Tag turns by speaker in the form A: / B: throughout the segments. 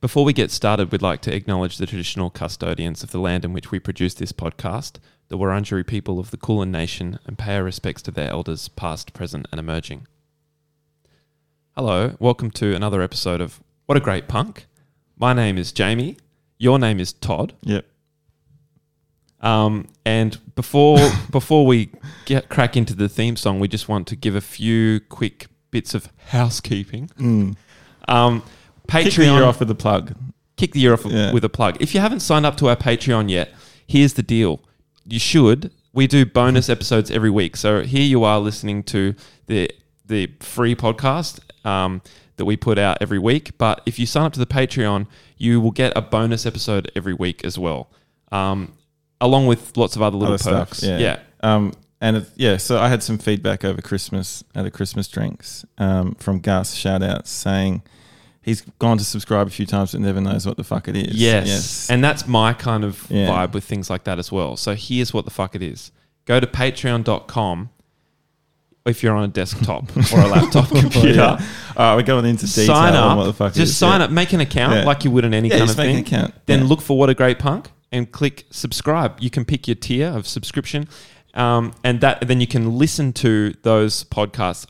A: Before we get started, we'd like to acknowledge the traditional custodians of the land in which we produce this podcast, the Wurundjeri people of the Kulin Nation, and pay our respects to their elders, past, present, and emerging. Hello, welcome to another episode of What a Great Punk. My name is Jamie. Your name is Todd.
B: Yep.
A: Um, and before before we get crack into the theme song, we just want to give a few quick bits of housekeeping.
B: Mm.
A: Um, Patreon
B: Kick the year off with a plug.
A: kick the year off
B: Yeah.
A: with a plug. If you haven't signed up to our Patreon yet, here's the deal. You should. We do bonus episodes every week. So here you are listening to the the free podcast um, that we put out every week. But if you sign up to the Patreon, you will get a bonus episode every week as well, um, along with lots of other little
B: Other stuff,
A: perks.
B: yeah.
A: yeah.
B: Um, and it, yeah, so I had some feedback over Christmas at a Christmas drinks um, from Gus, shout out, saying he's gone to subscribe a few times but never knows what the fuck it is.
A: Yes. And that's my kind of
B: Yeah.
A: vibe with things like that as well. So here's what the fuck it is. Go to patreon.com if you're on a desktop or a laptop computer.
B: Yeah. All right, we're going into detail
A: Sign
B: on
A: up.
B: what the fuck it is.
A: just sign
B: yeah.
A: up, make an account
B: Yeah.
A: like you would in any
B: Yeah,
A: kind
B: just
A: of
B: make
A: thing.
B: an account.
A: Then
B: Yeah.
A: look for What a Great Punk and click subscribe. You can pick your tier of subscription. Um, and that then you can listen to those podcasts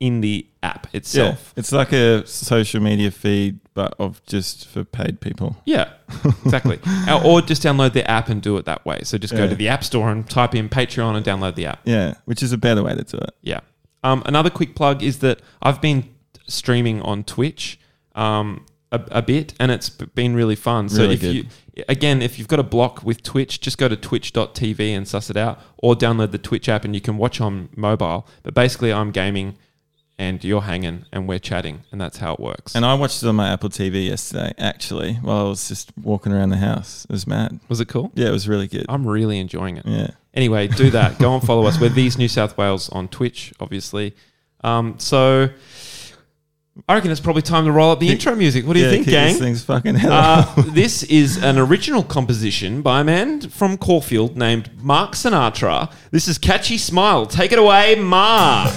A: in the app
B: Yeah.
A: itself.
B: It's like a social media feed, but of just for paid people.
A: Yeah, exactly. or, or just download the app and do it that way. So just go
B: Yeah.
A: to the App Store and type in Patreon and download the app.
B: Yeah, which is a better way to do it.
A: Yeah. Um, another quick plug is that I've been streaming on Twitch um, a, a bit, and it's b- been really fun. So
B: Really
A: if
B: good.
A: you again, if you've got a block with Twitch, just go to twitch.tv and suss it out, or download the Twitch app and you can watch on mobile. But basically, I'm gaming. And you're hanging, and we're chatting, and that's how it works.
B: And I watched it on my Apple TV yesterday, actually, while I was just walking around the house. It was mad.
A: was it cool?
B: Yeah, it was really good.
A: I'm really enjoying it.
B: Yeah.
A: Anyway, do that. Go and follow us. We're these New South Wales on Twitch, obviously. Um, so I reckon it's probably time to roll up the intro music. What do you
B: Yeah,
A: think,
B: kick This
A: gang?
B: thing's fucking hell.
A: Uh, this is an original composition by a man from Caulfield named Mark Sinatra. This is Catchy Smile. Take it away, Mark.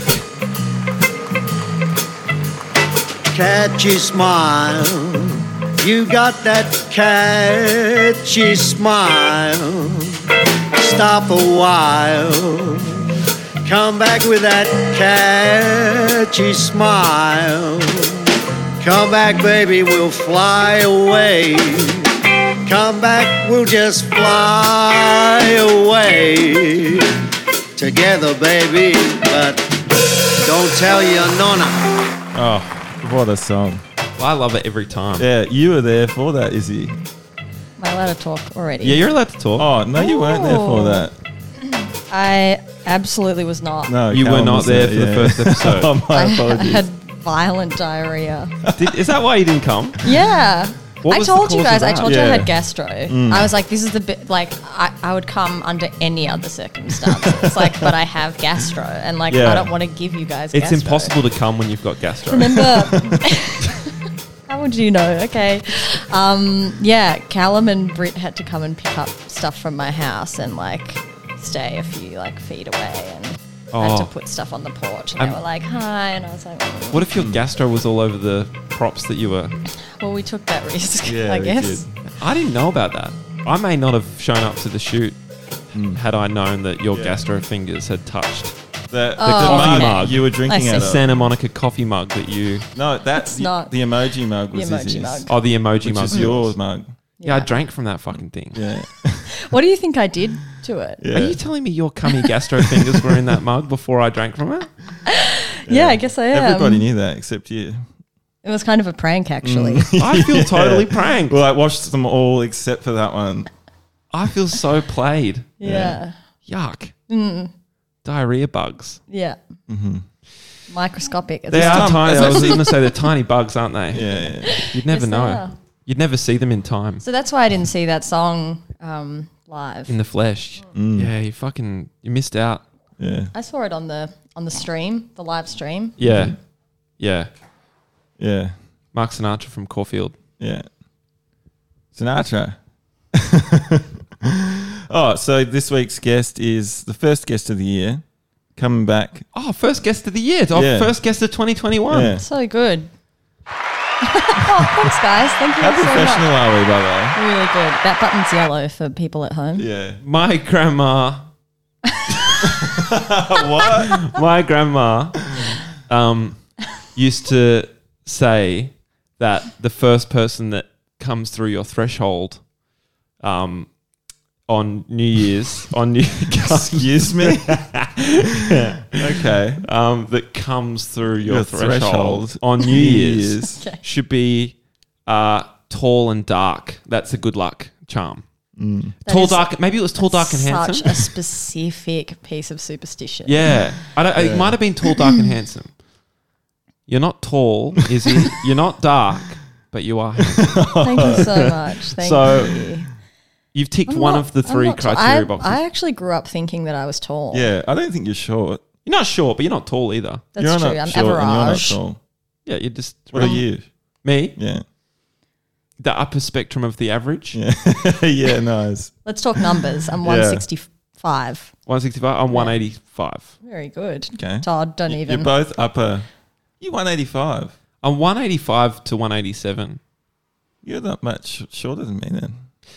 C: catchy smile. You got that catchy smile. Stop a while. Come back with that catchy smile. Come back, baby, we'll fly away. Come back, we'll just fly away. Together, baby, but don't tell your nonna.
B: Oh, what a song.
A: I love it every time.
B: Yeah, you were there for that, Izzy.
D: Am I allowed to talk already?
A: Yeah, you're allowed to talk.
B: Oh, no, you weren't there for
D: Oh.
B: that.
D: I absolutely was not.
B: No,
A: you were
B: Callum
A: not
B: was
A: there for the
B: yeah.
A: first episode.
B: oh, my
D: I, I
B: apologies.
D: had violent diarrhea.
B: Oh.
A: Did- is that why you didn't come?
D: yeah.
A: What
D: I
A: was the
D: told you
A: cause of
D: guys. I
A: that? Mm.
D: told you
B: Yeah.
D: I had gastro. I was like, this is the bit. Like, I, I would come under any other circumstances. like, but I have gastro, and like,
B: Yeah.
D: I don't want to give you guys.
A: It's
D: gastro.
A: impossible to come when you've got gastro.
D: Remember. How would you know? Okay. Um, yeah, Callum and Britt had to come and pick up stuff from my house and like stay a few like feet away and I had
A: Oh.
D: to put stuff on the porch and
A: Um,
D: they were like, hi. And I was like, "Mm."
A: What if your gastro was all over the props that you were
D: well, we took that risk,
B: Yeah,
D: I
B: we
D: guess.
A: I didn't know about that. I may not have shown up to the shoot had I known that your
B: Hmm. Yeah.
A: gastro fingers had touched
B: the, the
D: Oh,
B: mug
D: okay.
B: you were
D: I
B: drinking
D: see.
B: out
A: the
B: of.
A: Santa Monica coffee mug that you.
B: No, that's the,
D: not.
B: the emoji mug was
D: The emoji
B: Izzy's.
D: mug.
A: Oh, the emoji
B: Which
A: mug.
B: is your mug.
A: Yeah, I drank from that fucking thing.
B: Yeah.
D: What do you think I did to it? Yeah,
B: yeah.
A: Are you telling me your cummy gastro fingers were in that mug before I drank from it?
D: I guess I am.
B: Everybody knew that except you.
D: It was kind of a prank, actually.
B: Mm.
A: I feel totally pranked.
B: Well, I watched them all except for that one.
A: I feel so played.
D: yeah.
A: Yuck.
D: Mm.
A: Diarrhea bugs.
D: Yeah.
B: Mm-hmm.
D: Microscopic. at
A: They
D: this
A: are
D: time.
A: tiny. I
B: That's
A: was even going to say they're tiny bugs, aren't they?
B: Yeah, yeah.
A: You'd never
D: Yes, they
A: know.
D: are.
A: You'd never see them in time.
D: So that's why I didn't see that song um, live.
A: in
B: Mm.
A: the flesh. Yeah, you fucking you missed out.
B: Yeah.
D: I saw it on the on the stream, the live stream.
B: Mm-hmm.
A: Yeah, yeah.
B: Yeah.
A: Mark Sinatra from Caulfield.
B: Yeah. Sinatra. oh, so this week's guest is the first guest of the year coming back.
A: Oh, first guest of the year. Oh,
B: Yeah.
A: first guest of 2021.
B: Yeah.
D: So good. oh, thanks, guys. Thank you
B: How
D: so
B: professional
D: much.
B: are we, by the way?
D: Really good. That button's yellow for people at home.
B: Yeah.
A: My grandma,
B: what?
A: my grandma, um, used to say that the first person that comes through your threshold, um, on New Year's, on New
B: Excuse me. okay.
A: um, that comes through your,
B: Your
A: threshold,
B: threshold.
A: on New
B: New
A: Year's
B: Year's.
A: should be uh, tall and dark. That's a good luck charm.
D: That
A: tall,
D: is
A: dark. Maybe it was tall, dark, and
D: Such
A: handsome.
D: a specific piece of superstition.
A: yeah, I don't, it
B: Yeah.
A: might have been tall, dark, and handsome. You're not tall, is it? You're not dark, but you are. handsome.
D: Thank you so much. Thank
A: So,
D: you.
A: You've ticked
D: I'm
A: one
D: not-
A: of the
D: I'm
A: three
D: not tall.
A: criteria
D: I,
A: boxes.
D: I actually grew up thinking that I was tall.
B: Yeah, I don't think you're short.
A: you're not short, but you're not tall either.
D: That's
B: you're
D: true.
B: Not
D: I'm
B: short and you're not
D: average.
B: tall.
A: Yeah, you're just
B: What are you?
A: me,
B: Yeah.
A: the upper spectrum of the average.
B: Yeah. yeah, nice.
D: Let's talk numbers. I'm 165.
A: 165. I'm 185.
D: Very good.
B: Okay.
D: Todd, don't
B: You-
D: even.
B: You're both upper. You're 185.
A: I'm 185 to 187.
B: You're not much shorter than me then.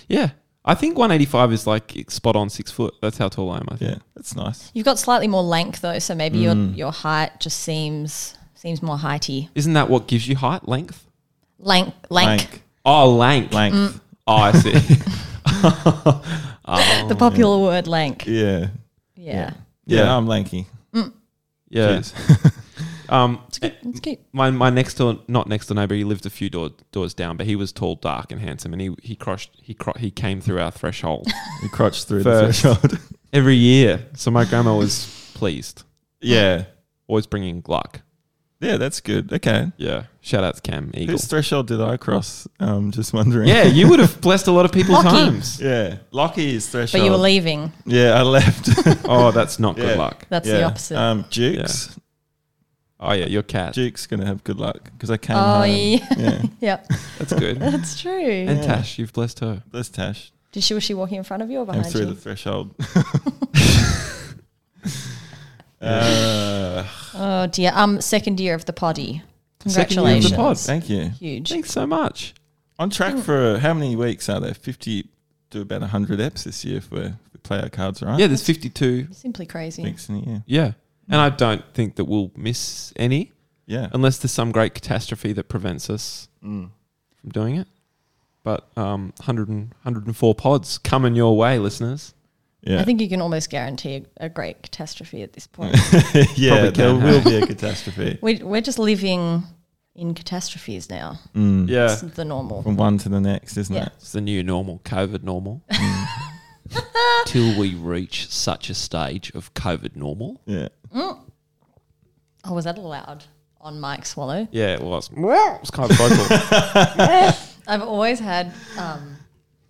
A: Yeah. I think 185 is like spot on six foot. That's how tall I am. I think.
B: Yeah, that's nice.
D: You've got slightly more length though, so maybe
B: Mm.
D: your your height just seems seems more heighty.
A: Isn't that what gives you height? Length?
D: Lank, lank.
B: Length.
A: Oh, length.
D: Mm.
B: Length.
A: Oh, I see.
D: the popular word lank. Yeah.
B: Oh, Yeah. yeah.
A: Yeah.
B: I'm lanky.
A: yeah.
B: Cheers.
A: um,
D: It's good. It's cute.
A: my, my next door, not next door neighbor, he lived a few door, doors down, but he was tall, dark, and handsome. And he, he crushed, he, cro- he came through our threshold
B: You crotch through
A: First.
B: the threshold.
A: every year. So my grandma was pleased,
B: yeah.
A: always bringing luck.
B: Yeah, that's good. Okay.
A: Yeah. Shout out to Cam Eagle.
B: Whose threshold did I cross? Um, just wondering.
A: yeah, you would have blessed a lot of people's
D: Lucky.
A: homes.
B: Yeah. Lockie's
D: But
B: threshold.
D: you were leaving.
B: Yeah, I left.
A: Oh, that's not good
B: Yeah.
A: luck.
D: That's the
B: Yeah.
D: opposite.
B: Um, Jukes.
A: Oh, yeah, your cat.
B: Duke's gonna have good luck because I came
D: oh
B: home.
D: yeah.
B: Yeah,
D: yep.
A: That's good.
D: That's true.
A: And Tash, you've blessed her.
B: that's Tash.
D: Did she was she walking in front of you or
B: Came
D: behind
B: through
D: you?
B: the threshold. uh,
D: oh dear. Um, second year of the poddy.
A: Second year of
D: Congratulations.
A: the pod.
B: thank you.
D: Huge.
A: Thanks so much.
B: On track
D: Mm.
B: for how many weeks are there? Fifty to about hundred eps this year if, we're, if we play our cards right.
A: Yeah, there's 52.
D: Simply crazy.
B: weeks in a year.
A: Yeah. And I don't think that we'll miss any
B: Yeah,
A: unless there's some great catastrophe that prevents us from doing it. But um, 100 and, 104 pods coming your way, listeners.
B: yeah,
D: I think you can almost guarantee a, a great catastrophe at this point.
B: yeah.
A: probably
B: There
A: can
B: will
A: have.
B: be a catastrophe
D: we, we're just living in catastrophes now.
A: Yeah.
D: It's the normal.
B: from one to the next, isn't
D: Yeah.
B: it?
A: It's the new normal, COVID normal. Till we reach such a stage of COVID normal.
B: Yeah.
D: Oh, was that allowed on Mike Swallow?
A: Yeah, it was. It was kind of vocal.
D: I've always had um,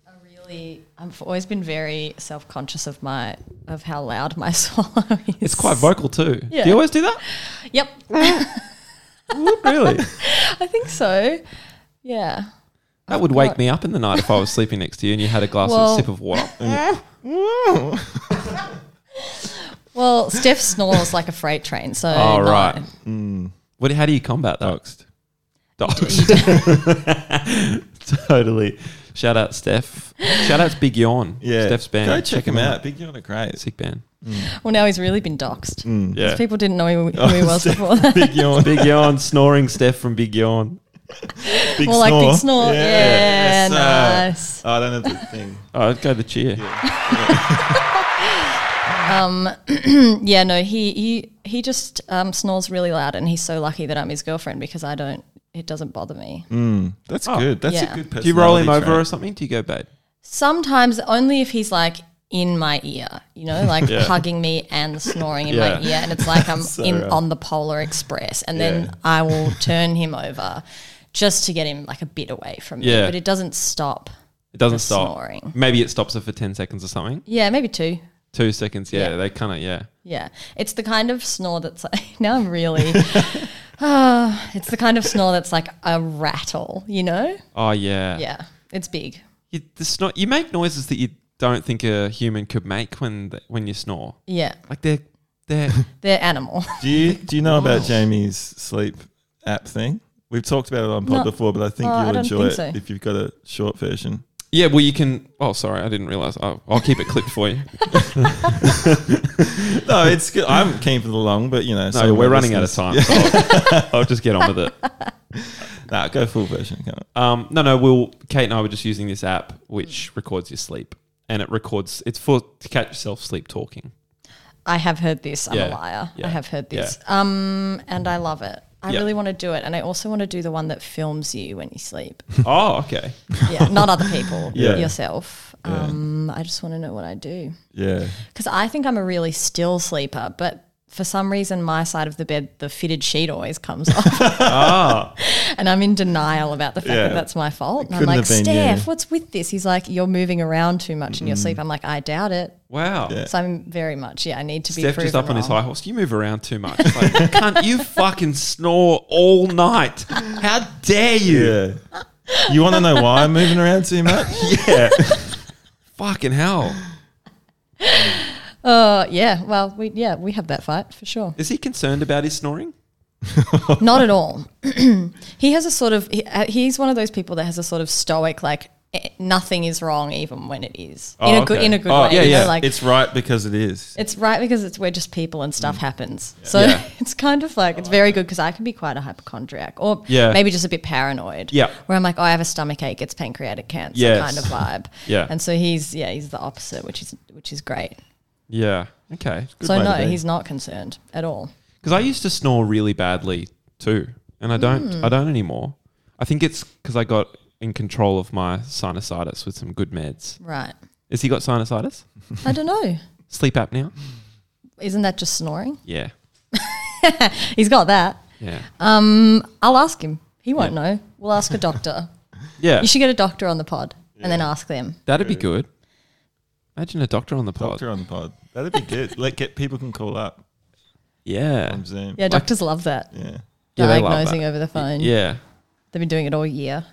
D: a really. I've always been very self-conscious of my of how loud my swallow is.
A: it's quite vocal too.
D: Yeah.
A: Do you always do that?
D: Yep,
A: really?
D: I think so. Yeah.
A: That would wake me up in the night if I was sleeping next to you and you had a glass
D: Well-
A: of sip of water.
D: Well, Steph snores like a freight train, so
A: Oh,
D: no.
A: right. What, how do you combat that?
B: Boxed.
A: totally. Shout out Steph. Shout out to Big Yawn.
B: Yeah.
A: Steph's band.
B: Go check him out. Big Yon are great.
A: Sick band.
D: Well, now he's really been doxed.
A: Yeah.
D: People didn't know who, who he was before. that.
B: Mm. Big Yon.
A: Mm. Big Yawn, snoring Steph from Big Yawn.
B: Big
D: More like big snore. Yeah,
B: Yes, uh,
D: nice.
B: Oh, I don't have the thing.
A: Oh, I'd go the cheer.
D: Yeah, no, he he he just um, snores really loud, and he's so lucky that I'm his girlfriend because I don't. It doesn't bother me.
B: That's good. That's
D: Yeah.
B: a good.
A: Oh, Do you roll him
B: personality
A: over or
B: trait.
A: something? Do you go, babe?
D: Sometimes only if he's like in my ear, you know, like hugging me and snoring in my
A: Yeah.
D: ear, and it's like I'm in
B: rough.
D: on the Polar Express, and
B: Yeah.
D: then I will turn him over just to get him like a bit away from me.
A: Yeah.
D: But it doesn't stop.
A: It doesn't
D: Just
A: stop.
D: snoring.
A: Maybe it stops it for 10 seconds or something.
D: Yeah, maybe two.
A: Two seconds. Yeah.
D: Yeah.
A: They kind of, yeah.
D: Yeah, it's the kind of snore that's like now I'm really. Ah, it's the kind of snore that's like a rattle, you know?
A: Oh, yeah.
D: Yeah, it's big.
A: You, the snor- you make noises that you don't think a human could make when the, when you snore.
D: Yeah,
A: Like they're, they're
D: they're animal.
B: Do you do you know about Jamie's sleep app thing? We've talked about it on pod
D: No.
B: before, but I think
D: Well, oh, I
B: you'll
D: don't
B: enjoy
D: think
B: it
D: so.
B: if you've got a short version.
A: Yeah, well, you can. Oh, sorry, I didn't realize. I'll, I'll keep it clipped for you.
B: No, it's good. I'm keen for the long, but you know,
A: No,
B: some
A: we're
B: of our
A: running out of
B: listeners-
A: time. so I'll, I'll just get on with it.
B: Nah, go full version. Come on.
A: Um, no, no. We'll Kate and I were just using this app which records your sleep, and it records. It's for to catch yourself sleep talking.
D: I have heard this. I'm
A: Yeah,
D: a liar.
A: yeah,
D: I have heard
A: yeah.
D: this. Um, and I love it. I
A: Yeah.
D: really want to do it, and I also want to do the one that films you when you sleep.
A: oh, okay.
D: Yeah, not other people,
B: Yeah.
D: yourself. Um, I just want to know what I do
B: Yeah,
D: because I think I'm a really still sleeper, but for some reason, my side of the bed, the fitted sheet always comes off,
A: Ah.
D: and I'm in denial about the fact
B: Yeah.
D: that that's my fault. And I'm
B: Couldn't
D: like,
B: have been
D: Steph,
B: you."
D: what's with this? He's like, you're moving around too much
A: Mm.
D: in your sleep. I'm like, I doubt it.
A: Wow.
B: Yeah.
D: So I'm very much, yeah, I need to be.
A: Steph just
D: proven
A: up on his
D: wrong.
A: high horse. You move around too much. Like, cunt, you fucking snore all night. How dare you?
B: yeah. You want to know why I'm moving around too much? yeah,
A: Fucking hell.
D: Uh, yeah. Well, we yeah we have that fight for sure.
A: Is he concerned about his snoring?
D: Not at all. he has a sort of he, uh, he's one of those people that has a sort of stoic like eh, nothing is wrong even when it is in a
A: Oh,
D: good
A: okay.
D: in a good
A: Oh,
D: way.
A: yeah,
D: you know,
A: yeah.
D: like it's,
B: it's right because it is.
D: right because it's we're just people and stuff happens. So
A: Mm. Yeah.
D: it's kind of like it's very good because I can be quite a hypochondriac or
A: Yeah.
D: maybe just a bit paranoid.
A: Yeah.
D: where I'm like, oh, I have a stomach ache. It's pancreatic cancer
A: Yes.
D: kind of vibe.
A: Yeah.
D: and so he's yeah he's the opposite, which is which is great.
A: Yeah. Okay.
D: so
B: way to
D: no,
B: be.
D: he's not concerned at all.
A: Because I used to snore really badly too, and I don't.
D: Hmm.
A: I don't anymore. I think it's because I got in control of my sinusitis with some good meds.
D: Right.
A: Has he got sinusitis?
D: I don't know.
A: Sleep apnea?
D: Isn't that just snoring?
A: Yeah.
D: He's got that.
A: Yeah.
D: Uh, I'll ask him. He won't know. We'll ask a doctor.
A: yeah.
D: you should get a doctor on the pod and then ask them.
A: That'd be good. Imagine a doctor on the pod.
B: Doctor on the pod. That'd be good. Let get people can call up
A: Yeah.
B: on Zoom.
D: Yeah, doctors love that.
B: Yeah.
A: Yeah, they love
D: diagnosing
A: that.
D: over the phone.
A: Yeah.
D: They've been doing it all year.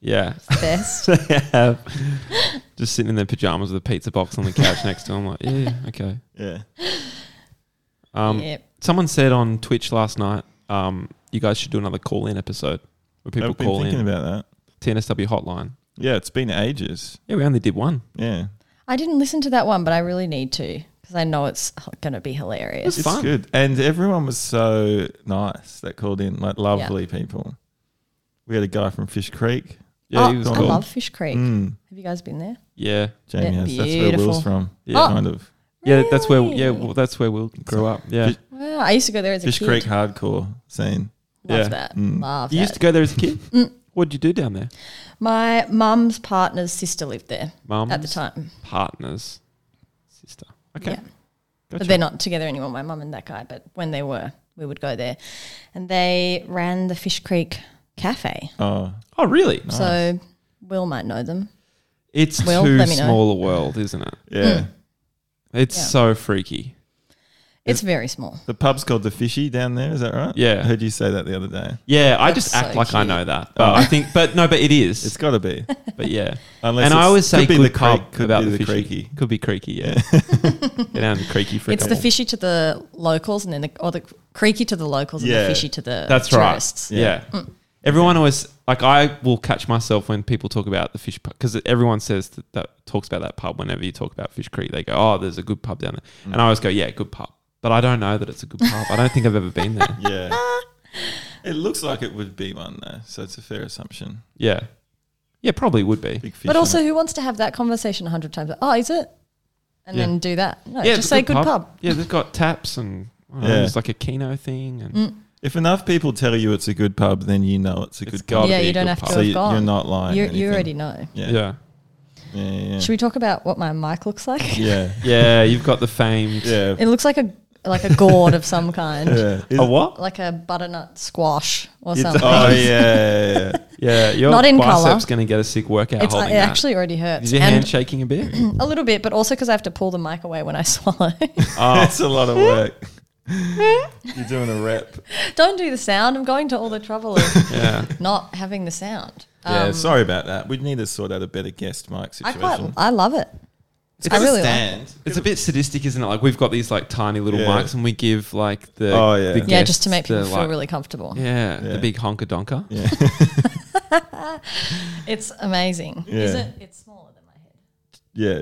A: Yeah.
D: Best.
A: They have. Just sitting in their pajamas with a pizza box on the couch next to them. Like, yeah, okay.
B: Yeah.
A: Um,
D: yep.
A: Someone said on Twitch last night, um, you guys should do another call in episode where people
B: I've been
A: call
B: thinking
A: in
B: about that.
A: TNSW hotline.
B: Yeah, it's been ages.
A: Yeah, we only did one.
B: Yeah.
D: I didn't listen to that one, but I really need to because I know it's going to be hilarious.
A: It's
B: It's
A: fun.
B: good. And everyone was so nice that called in, like lovely people. We had a guy from Fish Creek.
A: Yeah,
D: oh,
A: he was
D: I
A: cool.
D: love Fish Creek.
B: Mm,
D: Have you guys been there?
A: yeah.
B: Jamie
D: Yeah,
B: has. That's where
D: beautiful. Oh.
B: Will's from.
A: Yeah.
B: Kind of.
A: Yeah, that's where yeah,
D: Really?
A: well, that's where we'll grow up. Yeah.
B: Fish-
D: Wow, I used to go there as a
B: Fish
D: kid.
B: Creek hardcore scene.
D: Love
A: yeah.
D: that.
B: Mm.
D: Love
A: You
D: that. Mm.
A: used to go there as a kid? What'd you do down there?
D: My mum's partner's sister lived there
A: Mum
D: at the time.
A: partners, sister. Okay.
D: Yeah.
A: Gotcha.
D: But they're not together anymore, my mum and that guy. But when they were, we would go there. And they ran the Fish Creek Cafe.
B: Oh,
A: Oh, really?
D: So Will might know them.
A: It's
D: Well,
A: too
D: let me know.
A: small a world, isn't it?
B: yeah.
D: Hmm.
A: It's
D: Yeah.
A: so freaky.
D: It's very small.
B: The pub's called The Fishy down there. Is that right?
A: Yeah.
B: I heard you say that the other day.
A: Yeah, I
D: That's
A: just act
D: so
A: like I
D: cute.
A: know that, but I think, but no, but it is.
B: It's got to be.
A: but yeah,
B: Unless
A: and I
B: it's-
A: always say
B: could be
A: good
B: the creek,
A: pub
B: could
A: about
B: be
A: the,
B: the
A: fishy.
B: creaky.
A: Could be creaky, yeah. Get down the creaky for a
D: It's the
A: couple.
D: fishy to the locals, and then the or the creaky to the locals, and
B: Yeah.
D: the fishy to the
A: That's
D: tourists. Mm.
A: right. Yeah. Everyone always like I will catch myself when people talk about the fish pub because everyone says that, that talks about that pub whenever you talk about Fish Creek. They go, "Oh, there's a good pub down there,"
B: Mm.
A: and I always go, "Yeah, good pub," but I don't know that it's a good pub. I don't think I've ever been there.
B: Yeah. it looks like it would be one though, so it's a fair assumption.
A: Yeah, yeah, probably would be.
B: Big fish.
D: But
B: in
D: also,
B: it.
D: who wants to have that conversation a hundred times? Oh, is it? And
A: Yeah.
D: then do that. No,
A: yeah,
D: just
A: the
D: say good pub.
A: Yeah, they've got taps and I don't know,
B: Yeah.
A: it's like a kino thing, and
D: Mm.
B: if enough people tell you it's a good pub, then you know it's a
A: It's
B: good
A: gotta
B: pub.
D: Yeah,
A: be a
D: you don't
A: good
D: have to
A: pub.
B: So
D: have
B: you,
D: gone.
B: are not lying.
D: You,
B: or
D: you
B: anything.
D: already know.
B: Yeah. Yeah.
A: yeah,
B: Yeah.
D: Should we talk about what my mic looks like?
B: Yeah.
A: yeah, you've got the famed
B: Yeah.
D: It looks like a like a gourd of some kind,
B: yeah.
A: a what?
D: like a butternut squash or
A: It's-
D: something.
B: Oh yeah, yeah, yeah.
A: Yeah, your
D: Not in
A: biceps
D: colour.
A: going to get a sick workout
D: It's,
A: holding
D: it
A: that.
D: actually already hurts.
A: Is your
D: and
A: hand shaking a bit?
D: a little bit, but also because I have to pull the mic away when I swallow.
B: That's Oh. a lot of work. You're doing a rep.
D: Don't do the sound. I'm going to all the trouble of
A: yeah.
D: not having the sound. Um,
B: Yeah, sorry about that. We'd need to sort out a better guest mic
D: I
B: situation.
D: quite, I love it.
A: It's,
D: I really like
B: stand.
A: it's a bit sadistic, isn't it? Like we've got these like tiny little
B: Yeah.
A: mics, and we give like the
B: Oh, yeah.
A: the
B: Yeah,
D: Yeah, just to make
A: guests the,
D: people feel
A: like-
D: really comfortable.
A: yeah,
B: Yeah.
A: the big honker donker.
B: Yeah.
D: It's amazing. Is
B: Yeah.
D: it? It's smaller than my head.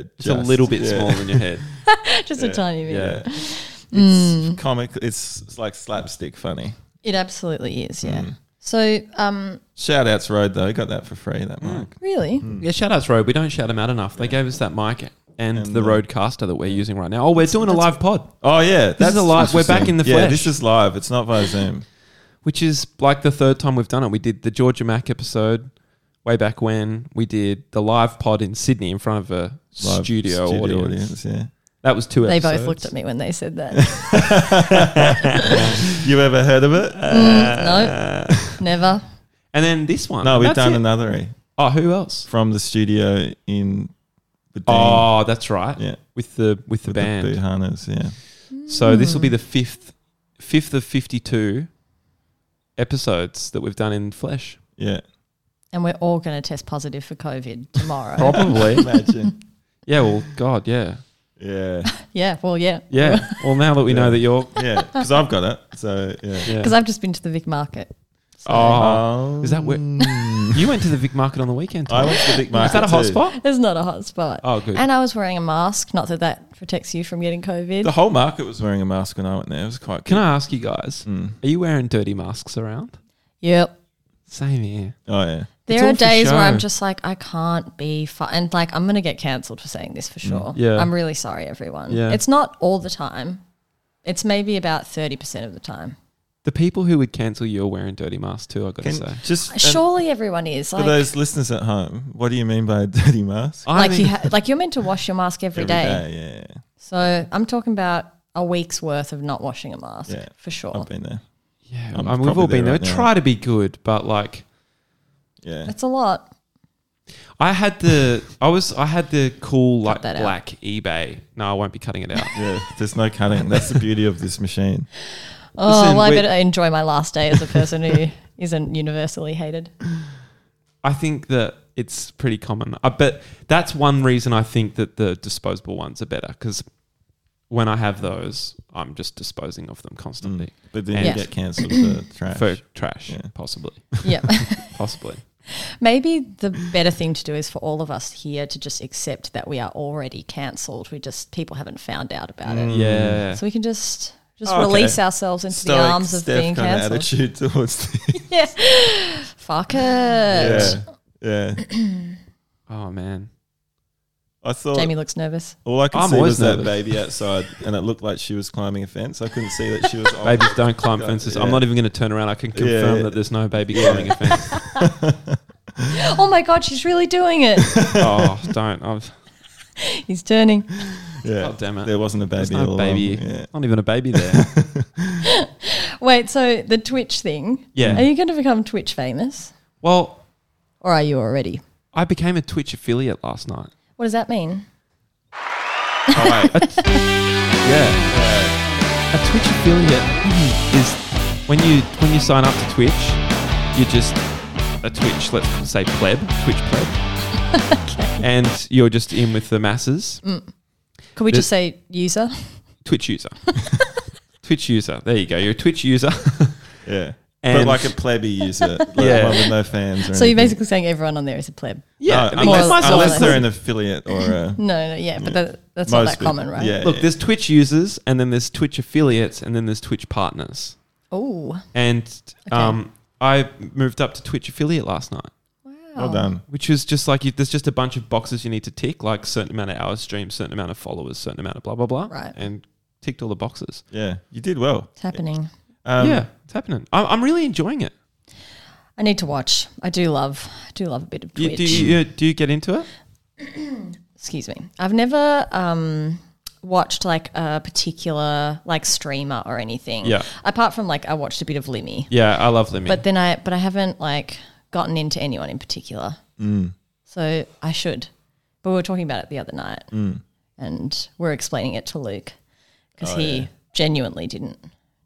B: yeah.
A: It's a little bit
B: yeah.
A: smaller than your head.
D: Just a tiny bit.
B: Yeah. It's
A: Hmm.
B: comic. It's, it's like slapstick funny.
D: It absolutely is. Yeah. So, um,
B: Shout outs Road though. Got that for free, that mic.
D: really,
A: Yeah, shout outs Road. We don't shout them out enough. They gave us that mic and, the
B: the-
A: Roadcaster that we're using right now. Oh, we're doing a live pod,
B: Oh yeah. This
A: is a live- we're back in the
B: Yeah,
A: flesh.
B: this is live. It's not via Zoom.
A: which is like the third time we've done it. We did the Georgia Mac episode way back when. We did the live pod in Sydney in front of a
B: Live
A: studio, audience.
B: yeah.
A: That was two
D: they
A: episodes.
D: both looked at me when they said that.
B: You ever heard of it?
A: Uh,
D: no, Mm, never.
A: And then this one.
B: no, we've
A: That's
B: done
A: it.
B: another e
A: Oh, who else?
B: from the studio in Badeen
A: Oh, that's right.
B: Yeah.
A: With the with the
B: with
A: band.
B: the boot harness. Yeah,
A: So this will
D: Hmm.
A: be the fifth fifth of fifty two episodes that we've done in flesh.
B: yeah.
D: And we're all going to test positive for COVID
A: Oh.
D: tomorrow.
A: Probably.
B: Imagine.
A: yeah, well God, yeah.
B: yeah,
D: yeah. Well, yeah.
A: Yeah. Well now that we know that you're
B: yeah. Because I've got it. So yeah.
A: yeah.
D: Because I've just been to the Vic Market. So
A: Oh,
B: Um,
A: is that where- you went to the Vic Market on the weekend.
B: I
A: Tom.
B: went to the big market.
A: Is that a hot
B: too.
A: spot?
D: It's not a hot spot.
A: Oh, good.
D: And I was wearing a mask. Not that that protects you from getting COVID.
B: The whole market was wearing a mask when I went there. It was quite. Mm.
A: Can
B: cute.
A: I ask you guys? Are you wearing dirty masks around?
D: yep.
A: Same here.
B: Oh yeah.
A: It's
D: There
A: all
D: are
A: for
D: days where
A: show.
D: I'm just like, I can't be fi- and like I'm gonna get cancelled for saying this for sure.
A: Mm, Yeah.
D: I'm really sorry, everyone.
A: Yeah.
D: It's not all the time. It's maybe about thirty percent of the time.
A: The people who would cancel you are wearing dirty masks too, I gotta say.
B: just and
D: Surely everyone is
B: for
D: like,
B: those listeners at home, what do you mean by a dirty mask?
A: I
D: like you
A: mean-
D: ha- like you're meant to wash your mask every day.
B: yeah, yeah.
D: So I'm talking about a week's worth of not washing a mask
B: Yeah.
D: for
A: Oh.
D: sure.
B: I've been there.
A: Yeah,
B: I'm
A: i mean, we've all
B: probably
A: been there.
B: there right now.
A: Try to be good, but like
B: Yeah.
D: That's a lot.
A: I had the I was I had the cool like
D: that out.
A: black eBay. No, I won't be cutting it out.
B: Yeah, there's no cutting. That's the beauty of this machine.
D: Oh
A: Listen,
D: well, I
A: we-
D: better enjoy my last day as a person who isn't universally hated.
A: I think that it's pretty common. I bet that's one reason I think that the disposable ones are better because when I have those, I'm just disposing of them constantly
B: But then
A: Yeah.
B: you get cancelled for Mm. trash.
A: for trash,
B: Yeah.
A: possibly,
D: Yeah.
A: possibly.
D: Maybe the better thing to do is for all of us here to just accept that we are already cancelled. We just people haven't found out about
B: Mm.
D: it,
A: Yeah,
D: so we can just just
B: Oh, okay.
D: release ourselves into
B: Stoic
D: the arms of
B: Steph
D: being
B: kinda
D: cancelled.
B: attitude towards the,
D: Yeah, fuck it.
B: yeah, yeah.
A: Oh man,
B: I thought
D: Jamie looks nervous.
B: all I could
A: I'm
B: see
A: always
B: was that
A: nervous.
B: baby outside, and it looked like she was climbing a fence. I couldn't see that she was. on-
A: babies don't climb fences. I'm
B: Yeah.
A: not even going to turn around. I can confirm
B: yeah.
A: that there's no baby climbing a fence.
D: Oh my god, she's really doing it.
A: oh, don't! I've,
D: He's turning.
B: Yeah.
A: God Oh, damn it.
B: There wasn't a
A: there's
B: baby. all
A: no
B: along.
A: baby.
B: Yeah.
A: Not even a baby there.
D: Wait, so the Twitch thing.
A: Yeah.
D: Are you going to become Twitch famous,
A: well,
D: or are you already?
A: I became a Twitch affiliate last night.
D: What does that mean?
B: Oh, wait.
A: Yeah. A Twitch affiliate is when you when you sign up to Twitch, you're just a Twitch, let's say pleb, Twitch pleb. And you're just in with the masses.
D: Could we
A: The-
D: just say user?
A: Twitch user. Twitch user. There you go. You're a Twitch user.
B: yeah.
A: And-
B: but like a plebby user, like
A: Yeah.
B: one with no fans. Or
D: So you're
B: anything.
D: basically saying everyone on there is a pleb.
A: yeah.
B: No,
A: I mean,
D: More
B: unless,
A: myself-
D: or
B: unless
D: less.
B: they're an affiliate or a
D: No, no, yeah, but that, that's
B: most
D: not that
B: people.
D: common, right?
B: Mm. Yeah,
A: Look,
B: yeah.
A: there's Twitch users and then there's Twitch affiliates and then there's Twitch partners.
D: Oh,
A: And um, I moved up to Twitch affiliate last night.
D: wow.
B: well done.
A: which is just like you, there's just a bunch of boxes you need to tick, like certain amount of hours streamed, certain amount of followers, certain amount of blah blah blah,
D: Right.
A: And ticked all the boxes.
B: Yeah, you did well.
D: It's happening.
B: Um,
A: yeah, it's happening. I'm, I'm really enjoying it.
D: I need to watch. I do love, I do love a bit of
A: You,
D: Twitch.
A: do you do you get into it?
D: Excuse me. I've never um, watched like a particular like streamer or anything.
A: Yeah.
D: Apart from like I watched a bit of Limmy,
A: Yeah, I love Lemmy.
D: but then I but I haven't like gotten into anyone in particular. So I should. But we were talking about it the other night, and we're explaining it to Luke because he genuinely didn't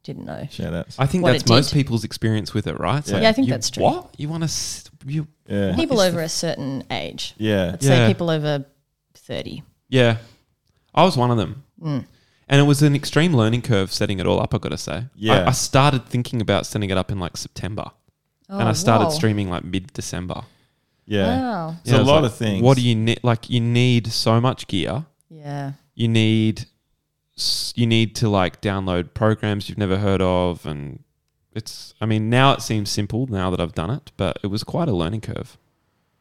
D: didn't know.
B: Shout outs.
A: I think
D: what
A: that's
D: it did.
A: most people's experience with it, right? It's
B: Yeah.
A: like,
D: Yeah, I think
A: you-
D: that's true.
A: What you want to you?
B: Yeah.
D: People over a certain age.
B: Yeah.
D: I'd say
A: Yeah.
D: people over 30.
A: Yeah, I was one of them.
D: Mm.
A: And it was an extreme learning curve setting it all up, i got to say.
B: Yeah.
A: I, I started thinking about setting it up in like September. and
D: Oh,
A: I started streaming like mid December.
B: Yeah.
D: Wow.
B: It's a lot of things.
A: What do you need? Like, you need so much gear.
D: Yeah.
A: You need, s- you need to like download programs you've never heard of. And it's, I mean, now it seems simple now that I've done it, but it was quite a learning curve.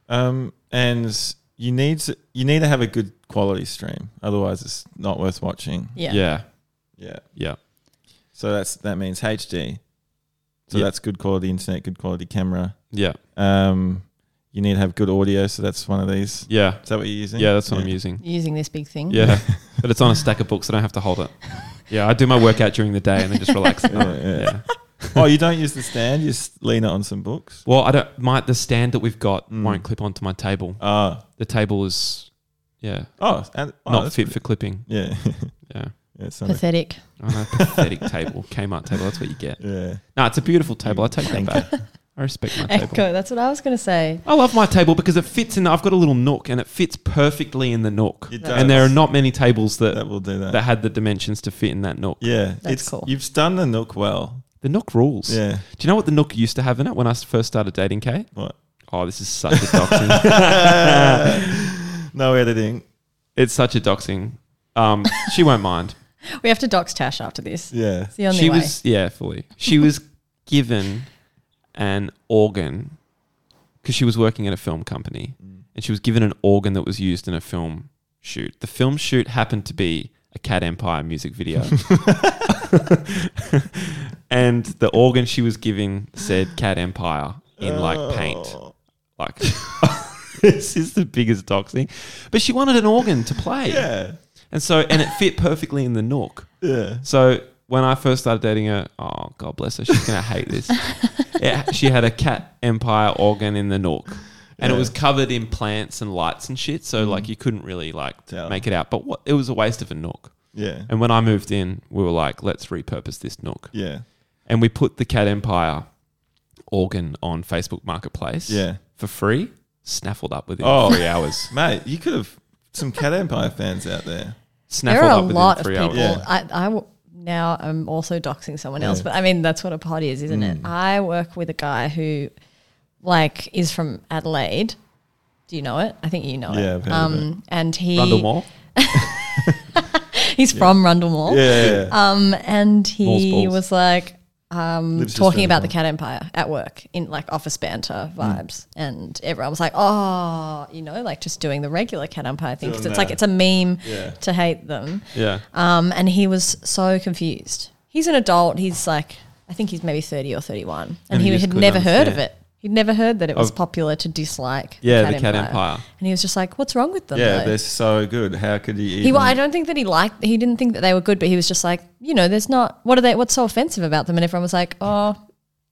B: Um, and you need to, you need to have a good quality stream, otherwise it's not worth watching.
D: Yeah.
A: Yeah.
B: Yeah.
A: Yeah.
B: So that's that means HD. So
A: Yeah.
B: that's good quality internet, good quality camera.
A: Yeah.
B: Um, you need to have good audio. So that's one of these.
A: Yeah.
B: Is that what you're using?
A: Yeah, that's what I'm using.
D: Using this big thing.
A: Yeah. but it's on a stack of books. I don't have to hold it. Yeah. I do my workout during the day and then just relax at night.
B: Yeah,
A: Yeah.
B: oh, you don't use the stand. You just lean it on some books.
A: Well, I don't. My the stand that we've got
B: Mm.
A: won't clip onto my table.
B: Oh,
A: The table is, yeah,
B: oh, and, oh
A: not
B: that's
A: fit
B: pretty-
A: for clipping.
B: Yeah.
A: Yeah,
B: yeah, it's not a-
D: Pathetic.
A: I know, pathetic table, Kmart table. That's what you get.
B: yeah.
A: No, it's a beautiful table. I take that
B: Thank
A: back. I respect my table.
D: Echo. That's what I was going to say.
A: I love my table because it fits in. I've got a little nook, and it fits perfectly in the nook.
B: It
A: And there are
B: does.
A: not many tables that
B: That will do that.
A: that had the dimensions to fit in that nook.
B: yeah,
D: That's
B: it's
D: cool.
B: You've done the nook well.
A: The nook rules.
B: Yeah.
A: Do you know what the nook used to have in it when I first started dating Kate?
B: What?
A: Oh, this is such a doxing.
B: No editing.
A: it's such a doxing. Um, she won't mind.
D: We have to dox Tash after this.
B: Yeah.
D: It's the only
A: she
D: way.
A: was yeah fully she was given an organ because she was working at a film company and she was given an organ that was used in a film shoot the film shoot happened to be a cat empire music video and the organ she was giving said cat empire in like paint
B: Oh.
A: like this is the biggest doxing but she wanted an organ to play
B: Yeah.
A: and so and it fit perfectly in the nook
B: Yeah.
A: so when I first started dating her, oh God bless her, she's gonna hate this. Yeah, she had a cat empire organ in the nook, and it
B: Yeah. Mm.
A: was covered in plants and lights and shit. So like you couldn't really like
B: Tell.
A: make it out. But what, it was a waste of a nook.
B: Yeah.
A: And when I moved in, we were like, let's repurpose this nook,
B: Yeah.
A: and we put the cat empire organ on Facebook Marketplace,
B: Yeah.
A: for free. Snaffled up within
B: Oh.
A: three hours.
B: Mate, you could have some Cat Empire fans out there.
A: Snaffled
D: there
A: up
D: are a
A: within
D: lot of
A: three
D: people.
A: hours.
B: Yeah.
D: I, I w- now I'm also doxing someone else,
B: Yeah.
D: but I mean that's what a pod is, isn't
A: Mm.
D: it? I work with a guy who, like, is from Adelaide. Do you know it? I think you know
B: Yeah,
D: it.
B: I've heard of
D: um, and he
A: Rundle Mall.
D: he's from Rundle Mall.
B: Yeah.
D: Um, and he
A: Balls, balls.
D: was like um,
B: Lives just
D: talking about
B: around
D: the Cat Empire at work in like office
A: Mm.
D: banter vibes, and everyone was like, "Oh, you know, like just doing the regular Cat Empire thing because
B: Doing
D: it's like
B: that.
D: it's a meme
B: Yeah.
D: to hate them."
A: Yeah.
D: Um, and he was so confused. He's an adult. He's like, I think he's maybe 30 or 31. And,
A: And he
D: he,
A: just
D: had
A: couldn't
D: never heard of
A: understand.
D: it. He'd never heard that it was
A: Of-
D: popular to dislike
A: Yeah, the Cat Empire.
D: And he was just like, what's wrong with them?
B: yeah,
D: though?
B: they're so good. How could you eat
D: He, well,
B: them?
D: I don't think that he liked, he didn't think that they were good, but he was just like, you know, there's not, what are they, what's so offensive about them? And everyone was like, oh,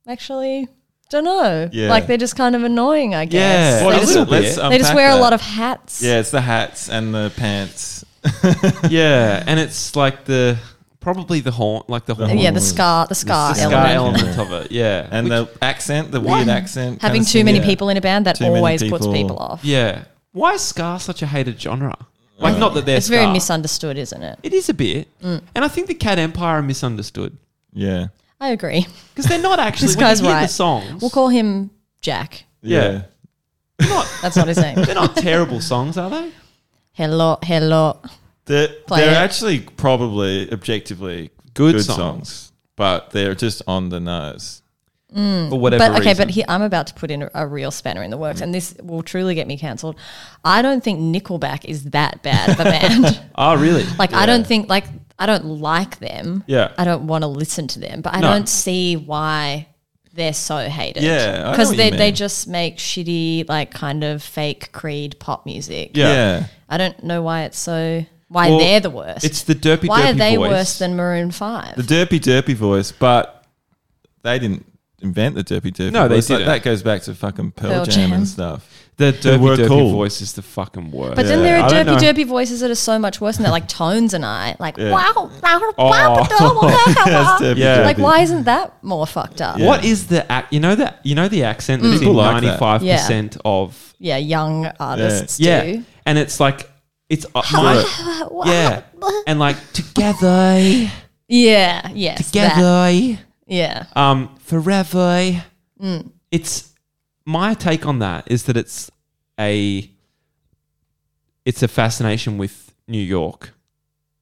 D: actually, don't know.
B: Yeah.
D: Like they're just kind of annoying, I guess.
A: Yeah.
B: Well,
A: They
B: a
A: just-
B: little bit.
A: they just
D: They just
B: unpack
D: wear a
B: that.
D: lot of hats.
B: Yeah, it's the hats and the pants.
A: Yeah, and it's like the probably the horn, like the horn,
D: Yeah, the scar, the scar,
A: scar
D: element.
A: element,
B: Yeah.
A: of it. Yeah,
B: And
A: Which-
B: the accent, the weird accent.
D: Having
B: kinda
D: too many
B: thing.
D: people in a band, that
B: Too many
D: always puts
B: people.
D: people off.
A: yeah, why is scar such a hated genre? Like,
B: Mm.
A: not that they're
D: It's very Mm.
A: Scar.
D: misunderstood, isn't it?
A: It is a bit, and I think the Cat Empire are misunderstood
B: Yeah.
D: I agree.
A: because they're not actually.
D: This
A: when
D: guy's
A: you hear the
D: right.
A: songs,
D: We'll call him Jack.
A: Yeah.
B: Yeah.
A: they're not,
D: That's not his name.
A: they're not terrible songs, are they?
D: hello, hello.
B: They're,
D: Play
B: they're
D: it.
B: actually probably objectively
A: Good
B: good,
A: songs.
B: songs. but they're just on the nose.
A: For whatever
D: Mm. But okay,
A: reason.
D: but he, I'm about to put in a, a real spanner in the
A: Mm.
D: works, and this will truly get me cancelled. I don't think Nickelback is that bad of a band.
A: oh really?
D: like, I don't think like I don't like them.
A: Yeah.
D: I don't want to listen to them, but I
A: No.
D: don't see why they're so hated.
B: Yeah, I know
D: because
B: what you
D: they they
B: mean.
D: just make shitty like kind of fake Creed pop music.
A: Yeah.
D: I don't know why it's so why
A: Well,
D: they're the worst.
A: It's the derpy.
D: why are
A: derpy
D: they
A: voice.
D: worse than Maroon Five?
B: The derpy derpy voice, but they didn't invent the derpy derpy
A: No, they
B: voice. Like,
A: didn't.
B: that goes back to fucking Pearl,
D: Pearl
B: Jam,
D: Jam.
B: and stuff.
A: the
B: were
A: derpy derpy
B: cool.
A: voice is the fucking worst?
D: but then there
A: I
D: are
A: don't
D: derpy,
A: know.
D: derpy voices that are so much worse than that, like Tones and I, like wow, wow,
A: Oh.
B: That's
D: wow,
B: derpy
A: Yeah.
B: derpy.
D: like why isn't that more fucked up?
B: Yeah.
A: What is the ac- you know that you know the accent
D: Mm.
A: that's
B: People
A: in
B: like that.
A: ninety five percent of
D: Yeah, young artists
A: yeah,
D: do.
A: and it's like It's uh, my yeah, and like together, eh?
D: Yeah. Yes. That.
A: together,
D: Yeah.
A: um, forever.
D: Mm.
A: It's my take on that is that it's a it's a fascination with New York,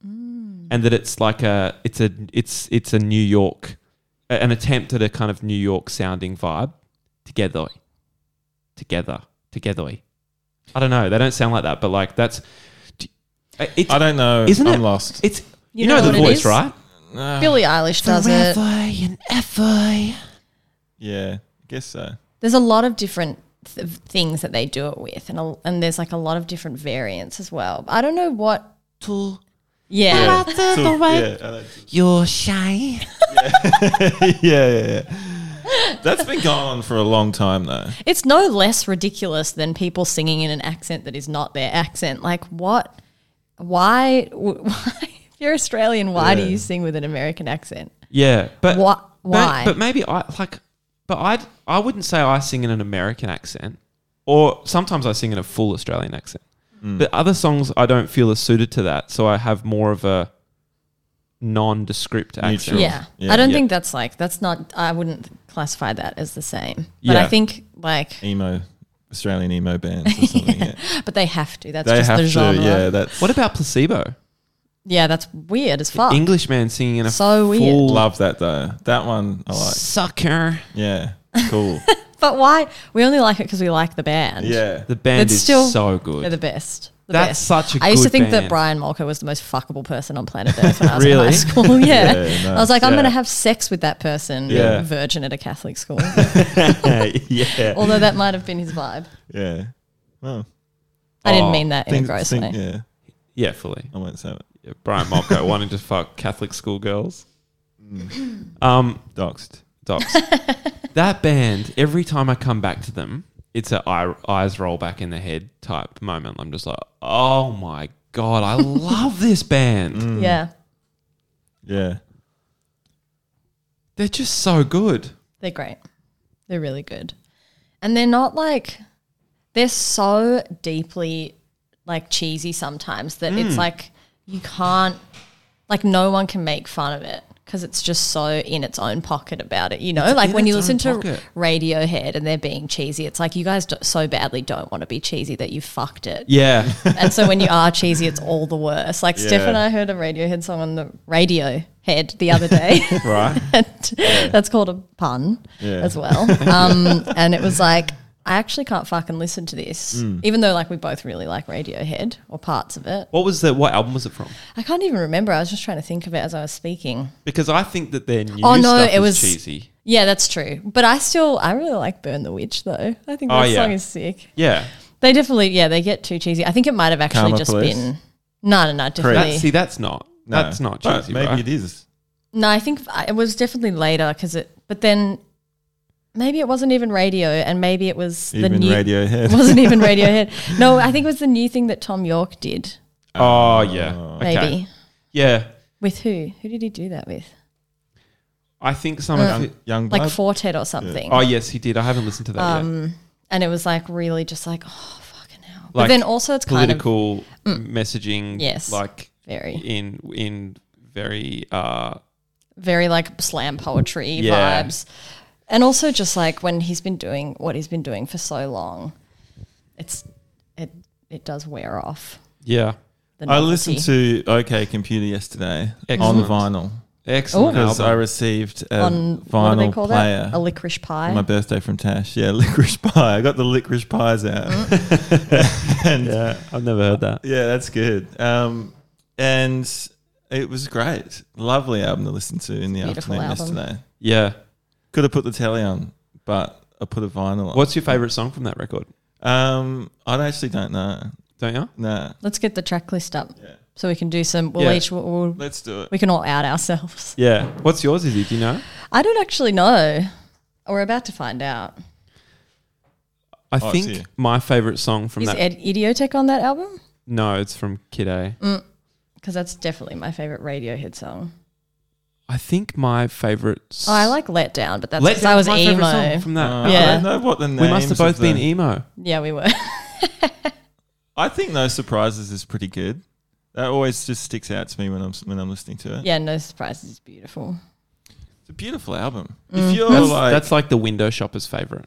D: Mm.
A: and that it's like a it's a it's it's a New York a- an attempt at a kind of New York sounding vibe. Together, together, together. I don't know. They don't sound like that, but like that's. d- uh, It's,
B: I don't know.
A: Isn't
B: I'm
A: it-
B: lost.
A: It's you,
D: You
A: know,
D: know
A: the
D: what it
A: voice,
D: is?
A: right?
B: Ah,
D: Billie Eilish does it.
A: and Effie.
B: yeah, I guess so.
D: There's a lot of different th- things that they do it with, and a, and there's like a lot of different variants as well. I don't know what.
A: To
D: Yeah.
B: So, yeah, I like-
A: your shy.
B: yeah, yeah, yeah. That's been going on for a long time though.
D: It's no less ridiculous than people singing in an accent that is not their accent. Like, what? Why? w- why if you're Australian, why do
B: Yeah.
D: you sing with an American accent?
A: Yeah, but
D: Wha-
A: but-
D: why?
A: But, maybe I like. But I I wouldn't say I sing in an American accent, or sometimes I sing in a full Australian accent. But other songs I don't feel are suited to that, so I have more of a nondescript accent.
B: Sure.
D: Yeah.
B: Yeah.
D: I don't
B: Yeah.
D: think that's like, that's not, I wouldn't classify that as the same. But I
A: Yeah.
D: think like,
B: Emo Australian emo bands or something. yeah.
D: but they have to. That's
B: They
D: just
B: have
D: the
B: to,
D: genre.
B: yeah. That's
A: What about placebo?
D: Yeah, that's weird as fuck.
A: English man singing in a
D: So weird.
A: full
B: love that though. That one I like.
A: sucker.
B: Yeah. Cool.
D: But why? We only like it because we like the band.
B: yeah.
A: The band
D: It's
A: is
D: still-
A: so
D: They're
A: good.
D: the best. The
A: That's
D: best.
A: such a
D: I used to
A: good
D: think
A: band.
D: that Brian Molko was the most fuckable person on planet Earth when I was in
A: Really?
D: high school. Yeah.
B: Yeah, no.
D: I was like, I'm
B: Yeah.
D: going to have sex with that person,
B: Yeah.
D: virgin at a Catholic school.
B: yeah.
D: Although that might have been his vibe.
B: Yeah. Well,
D: I
A: Oh,
D: didn't mean that in
B: think-
D: a gross
B: think-
D: way.
B: yeah.
A: yeah, fully.
B: I won't say it.
A: Yeah, Brian Molko wanting to fuck Catholic schoolgirls. Um,
B: Doxed.
A: docs. that band, every time I come back to them, it's a eye, eyes roll back in the head type moment. I'm just like, oh my god, I love this band.
D: Yeah.
B: Yeah.
A: They're just so good.
D: They're great. They're really good. And they're not like they're so deeply like cheesy sometimes that
A: Mm.
D: it's like you can't like no one can make fun of it because it's just so in its own pocket about it, you know? like
A: in
D: when you
A: its
D: listen
A: own
D: to
A: pocket.
D: Radiohead and they're being cheesy, it's like you guys do- so badly don't want to be cheesy that you fucked it.
A: Yeah,
D: And so when you are cheesy, it's all the worse. Like Steph and I heard a Radiohead song on the radio head the other day.
B: Right.
D: and that's called a pun
B: Yeah.
D: as well. Um, and it was like, I actually can't fucking listen to this, even though like we both really like Radiohead or parts of it.
A: what was the what album was it from?
D: I can't even remember. I was just trying to think of it as I was speaking.
A: Because I think that their new
D: Oh, no,
A: stuff
D: it
A: is
D: was-
A: cheesy.
D: Yeah, that's true. But I still, I really like Burn the Witch though. I think that
A: Oh, yeah.
D: song is sick.
A: Yeah,
D: They definitely, yeah, they get too cheesy. I think it might have actually
B: Karma
D: just
B: Police?
D: been. No, no, no,
A: that,
D: definitely.
A: see, that's not
B: No.
A: that's not
B: But
A: cheesy,
B: Maybe
A: bro.
B: it is.
D: No, I think I- it was definitely later because it. But then maybe it wasn't even radio, and maybe it was the
B: Even
D: new.
B: Radiohead.
D: It wasn't even Radiohead. No, I think it was the new thing that Tom York did.
A: Oh yeah,
D: Maybe
A: Okay. yeah.
D: with who? Who did he do that with?
A: I think some
D: Um,
A: of it,
B: Young, young
D: Like
B: Blood?
D: Fortet or something.
A: Oh yes, he did. I haven't listened to that
D: um,
A: yet.
D: And it was like really just like oh fucking hell.
A: Like
D: but then also it's kind of Mm.
A: Political messaging.
D: Yes.
A: like
D: very
A: in in very uh
D: very like slam poetry
A: Yeah.
D: vibes, and also just like when he's been doing what he's been doing for so long, it's it it does wear off.
A: yeah
D: the
B: I
D: novelty.
B: listened to OK Computer yesterday
A: Excellent.
B: on vinyl
A: excellent
D: Oh,
B: because I
A: album.
B: received a
D: on what do they
B: vinyl
D: call
B: player
D: that? A licorice pie.
B: for my birthday from Tash. Yeah, licorice pie. I got the licorice pies out.
D: Oh.
B: and yeah.
A: I've never heard that.
B: that's good. Um, and it was great. Lovely album to listen to in the
D: beautiful
B: afternoon
D: album.
B: yesterday.
A: Yeah.
B: Could have put the telly on, but I put a vinyl on.
A: What's your favorite song from that record?
B: Um, I actually don't know.
A: Don't you?
B: Nah.
D: Let's get the track list up
B: Yeah.
D: so we can do some. We'll
A: Yeah.
D: each we'll, we'll,
B: Let's do it.
D: we can all out ourselves.
A: Yeah. What's yours, Izzy? Do you know?
D: I don't actually know. We're about to find out.
A: Oh, I
B: it's
A: think
B: here.
A: my favorite song from
D: Is
A: that.
D: Ed Idiotech on that album?
A: no, it's from Kid A.
D: Mm.
A: I
D: Because that's definitely my favorite Radiohead song.
A: think my favorite.
D: Oh, I like Let Down, but that's
A: Let
D: because I
A: Down
D: was
A: my
D: emo.
A: favorite song from that.
B: Uh, I
D: Yeah.
B: don't know what the names
A: we must have
B: of
A: both
B: the-
A: been emo.
D: yeah, we were.
B: I think no surprises is pretty good. That always just sticks out to me when I'm when I'm listening to it.
D: Yeah, no surprises is beautiful.
B: It's a beautiful album.
D: Mm.
B: If you're
A: That's,
B: like,
A: that's like the window shopper's favorite.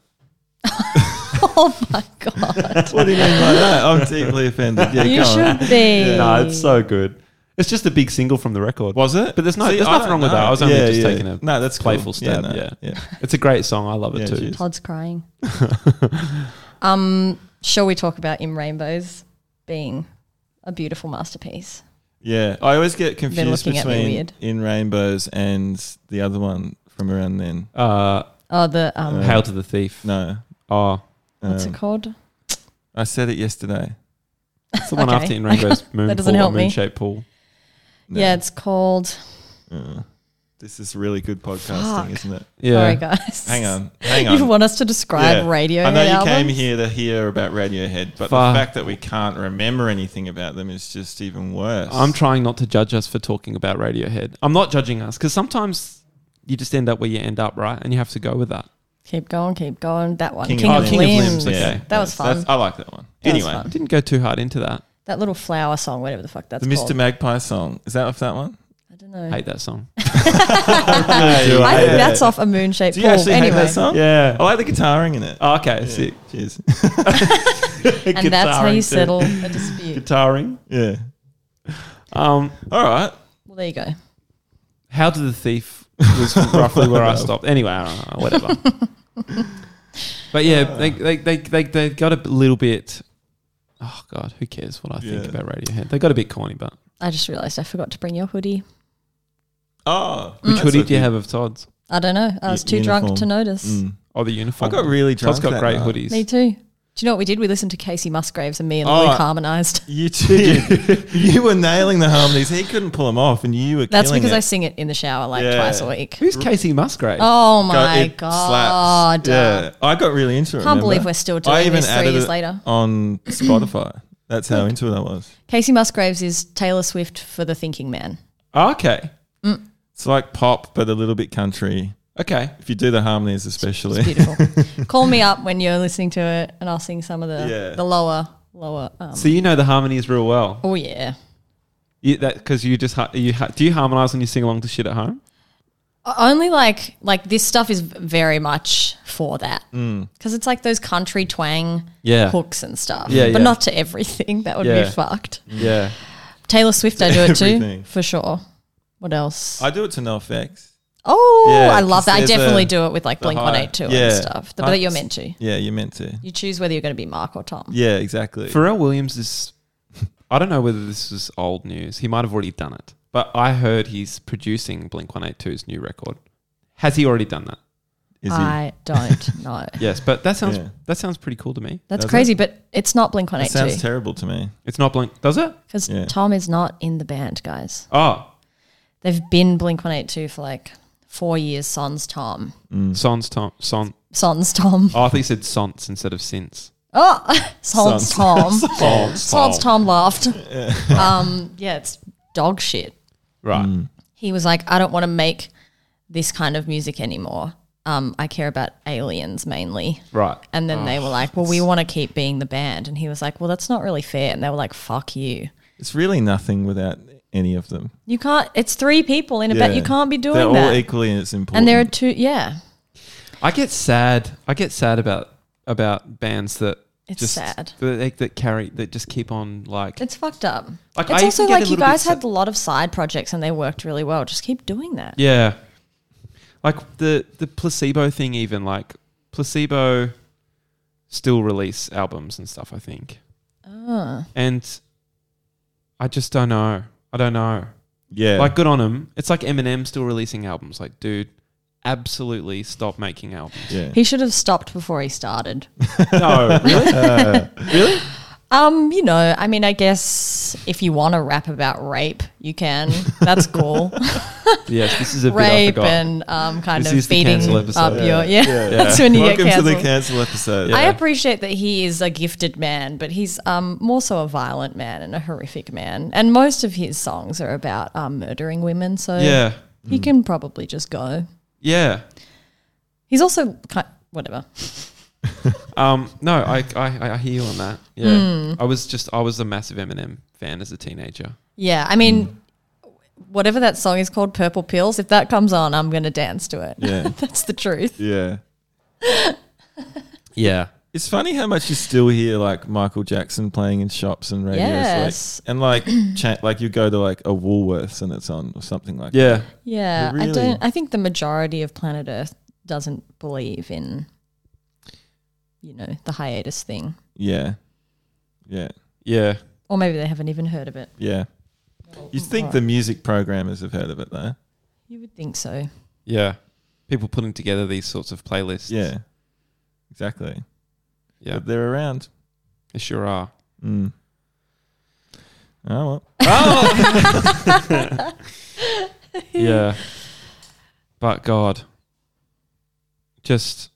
D: Oh my god.
B: what do you mean by that? I'm deeply offended. Yeah,
D: you
B: go on.
D: should be.
A: No, it's so good. It's just a big single from the record.
B: Was it?
A: But there's no-
B: See,
A: there's
B: I
A: nothing
B: don't
A: wrong with
B: know.
A: that. I was only just taking a
B: no, that's cool.
A: playful stab,
B: no,
A: yeah.
B: yeah.
A: It's a great song. I love it
B: Yeah,
A: too.
B: cheers.
D: Todd's crying. um, shall we talk about In Rainbows being a beautiful masterpiece?
B: Yeah, I always get confused
D: looking at me
B: between
D: weird.
B: In Rainbows and the other one from around then.
A: Uh,
D: Oh, the um,
A: Hail to the Thief.
B: No,
A: Oh,
D: what's
B: um,
D: it called?
B: I said it yesterday.
A: it's the one
D: Okay.
A: after In Rainbow's Moon
D: That doesn't
A: Pool,
D: help me.
A: Moon Shaped Pool.
B: No.
D: Yeah, it's called.
B: Uh, this is really good podcasting,
D: Fuck.
B: isn't it?
A: Yeah.
D: Sorry, guys.
B: Hang on, hang on.
D: You want us to describe radio?
B: I know you
D: albums?
B: came here to hear about Radiohead, but
A: Fuck.
B: the fact that we can't remember anything about them is just even worse.
A: I'm trying not to judge us for talking about Radiohead. I'm not judging us because sometimes you just end up where you end up, right? And you have to go with that.
D: Keep going, keep going. That one,
B: King,
D: King,
A: of
D: of,
A: Oh, King
D: Limbs.
A: Limbs, okay.
D: That was fun.
B: That's- I like that one.
D: That was
B: anyway,
A: I
D: fun.
A: didn't go too hard into that.
D: That little flower song, whatever the fuck that's
B: the Mr.
D: called.
B: Magpie song is that off that one?
D: I don't know.
A: I hate that song.
B: do
D: I
B: I
D: think
B: hate
D: that's off a moon shaped
B: Do
D: pool.
B: you actually
D: anyway,
B: hate that song?
A: Yeah.
B: I like the guitaring in it.
A: Oh, okay.
B: Yeah.
A: Sick.
B: Cheers.
D: and that's how
A: Guitaring
D: you
A: too.
D: settle a dispute.
A: Guitaring.
B: yeah.
A: Um,
B: All right.
D: Well, there you go.
A: How to the Thief was roughly where I stopped. Anyway, I don't know, whatever. but yeah,
B: Uh.
A: they, they, they, they, they got a little bit. Oh, God, who cares what I think
B: Yeah.
A: about Radiohead? They got a bit corny, but.
D: I just realised I forgot to bring your hoodie.
B: Oh,
A: Which
B: that's
A: hoodie
B: okay.
A: do you have of Todd's?
D: I don't know. I
B: U-
D: was too drunk to
B: uniform.
D: notice.
B: Mm.
A: Oh, the
B: I
A: uniform.
B: got really drunk.
A: Todd's got
B: that
A: great
B: night.
A: hoodies.
D: Me too. Do you know what we did? We listened to Casey Musgraves and me and
B: Oh,
D: Luke
B: I-
D: harmonised.
B: You too. you were nailing the harmonies. He couldn't pull them off, and you were.
D: That's
B: killing
D: because
B: it.
D: I sing it in the shower like
B: Yeah.
D: twice a week.
A: Who's Casey Musgrave?
D: Oh
B: Go-
D: my
B: it
D: god!
B: slaps. Yeah, I got really into it.
D: Can't
B: remember?
D: believe we're still doing
B: I even
D: this three
B: added
D: years
B: it
D: later.
B: on Spotify. That's how into it I was.
D: Casey Musgraves is Taylor Swift for the thinking man.
A: Ah, Okay.
B: It's like pop, but a little bit country.
A: Okay.
B: If you do the harmonies, especially.
D: Beautiful. Call me up when you're listening to it, and I'll sing some of the
B: Yeah.
D: the lower lower. Um,
A: So you know the harmonies real well.
D: oh yeah.
A: You, that because you just ha- you ha- do you harmonize when you sing along to shit at home?
D: Only like like this stuff is very much for that
B: Mm.
D: because it's like those country twang
A: Yeah.
D: hooks and stuff.
A: Yeah,
D: but
A: yeah.
D: not to everything. That would
A: Yeah.
D: be fucked.
A: Mm. Yeah.
D: Taylor Swift, I do it too
B: everything.
D: for sure. What else?
B: I do it to no effects.
D: oh,
B: Yeah,
D: I love
B: 'cause
D: that. I
B: there's
D: definitely
B: a-
D: do it with like
B: the
D: Blink One Eight Two
B: high-
D: and
B: yeah.
D: stuff.
B: Huh?
D: But you're meant to.
B: Yeah, you're meant to.
D: You choose whether you're going to be Mark or Tom.
B: Yeah, exactly.
A: Pharrell Williams is. I don't know whether this is old news. He might have already done it, but I heard he's producing Blink 182's new record. Has he already done that?
B: Is he?
D: I don't know.
A: Yes, but that sounds
B: Yeah.
A: that sounds pretty cool to me.
D: That's
B: Does
D: crazy, but it's not Blink One
B: That
D: Eight
B: sounds
D: Two
B: terrible to me.
A: It's not Blink, does it?
D: because
B: Yeah.
D: Tom is not in the band, guys.
A: Oh,
D: They've been Blink One Eight Two for like four years. Sons Tom,
A: Sons Tom Son.
D: Sons Tom.
A: Oh, I thought you said Sons instead of Since.
D: Oh,
B: Sons.
D: Sons Tom.
A: Sons
D: Sons Tom laughed. Um, yeah, it's dog shit.
A: Right.
D: He was like, I don't want to make this kind of music anymore. Um, I care about aliens mainly.
A: Right.
D: And then
B: Oh,
D: they were like, well, we want to keep being the band. And he was like, well, that's not really fair. And they were like, fuck you.
B: It's really nothing without any of them.
D: You can't, it's three people in a band. You can't be doing
B: They're
D: that.
B: all equally as important.
D: and there are two, yeah.
A: I get sad. I get sad about about bands that
D: It's
A: just,
D: sad.
A: that, they- that carry that just keep on like
D: It's fucked up.
A: Like,
D: it's
A: I
D: also
A: even get a
D: like you
A: little bit
D: guys
A: sa-
D: had a lot of side projects and they worked really well. Just keep doing that.
A: yeah, like the the placebo thing. Even like placebo still release albums and stuff. I think,
D: Ah.
A: and I just don't know. I don't know.
B: yeah,
A: Like good on him. It's like Eminem still releasing albums. Like dude, absolutely stop making albums.
B: yeah.
D: He should have stopped before he started.
A: no, really.
D: Um, you know, I mean, I guess if you want to rap about rape, you can. That's cool.
A: Yes, this is a bit I
D: rape
A: forgot.
D: and um, kind
A: This
D: of
A: is the
D: beating
A: cancel episode.
D: up
A: Yeah.
D: your yeah. That's when you
B: Welcome
D: get
B: to the
D: cancelled.
B: cancel episode.
D: I appreciate that he is a gifted man, but he's um, more so a violent man and a horrific man. And most of his songs are about um, murdering women, so
A: yeah,
D: he can probably just go.
A: yeah.
D: He's also ki- whatever.
A: Um, no, I, I I hear you on that. Yeah, I was just I was a massive Eminem fan as a teenager.
D: Yeah, I mean, whatever that song is called, Purple Pills, if that comes on, I'm going to dance to it.
B: Yeah.
D: That's the truth.
B: yeah.
A: Yeah,
B: It's funny how much you still hear like Michael Jackson playing in shops and radios,
D: Yes.
B: like, and like cha- like you go to like a Woolworths and it's on or something like that.
A: yeah.
D: Yeah,
B: Really?
D: I don't. I think the majority of planet Earth doesn't believe in, you know, the hiatus thing,
B: yeah, yeah,
A: Yeah.
D: or maybe they haven't even heard of it.
B: yeah.
D: Oh,
B: You think the music programmers have heard of it though?
D: You would think so.
A: Yeah. People putting together these sorts of playlists.
B: Yeah, exactly.
A: Yeah.
B: But they're around.
A: They sure are.
B: Mm. Oh well,
A: yeah. But God. Just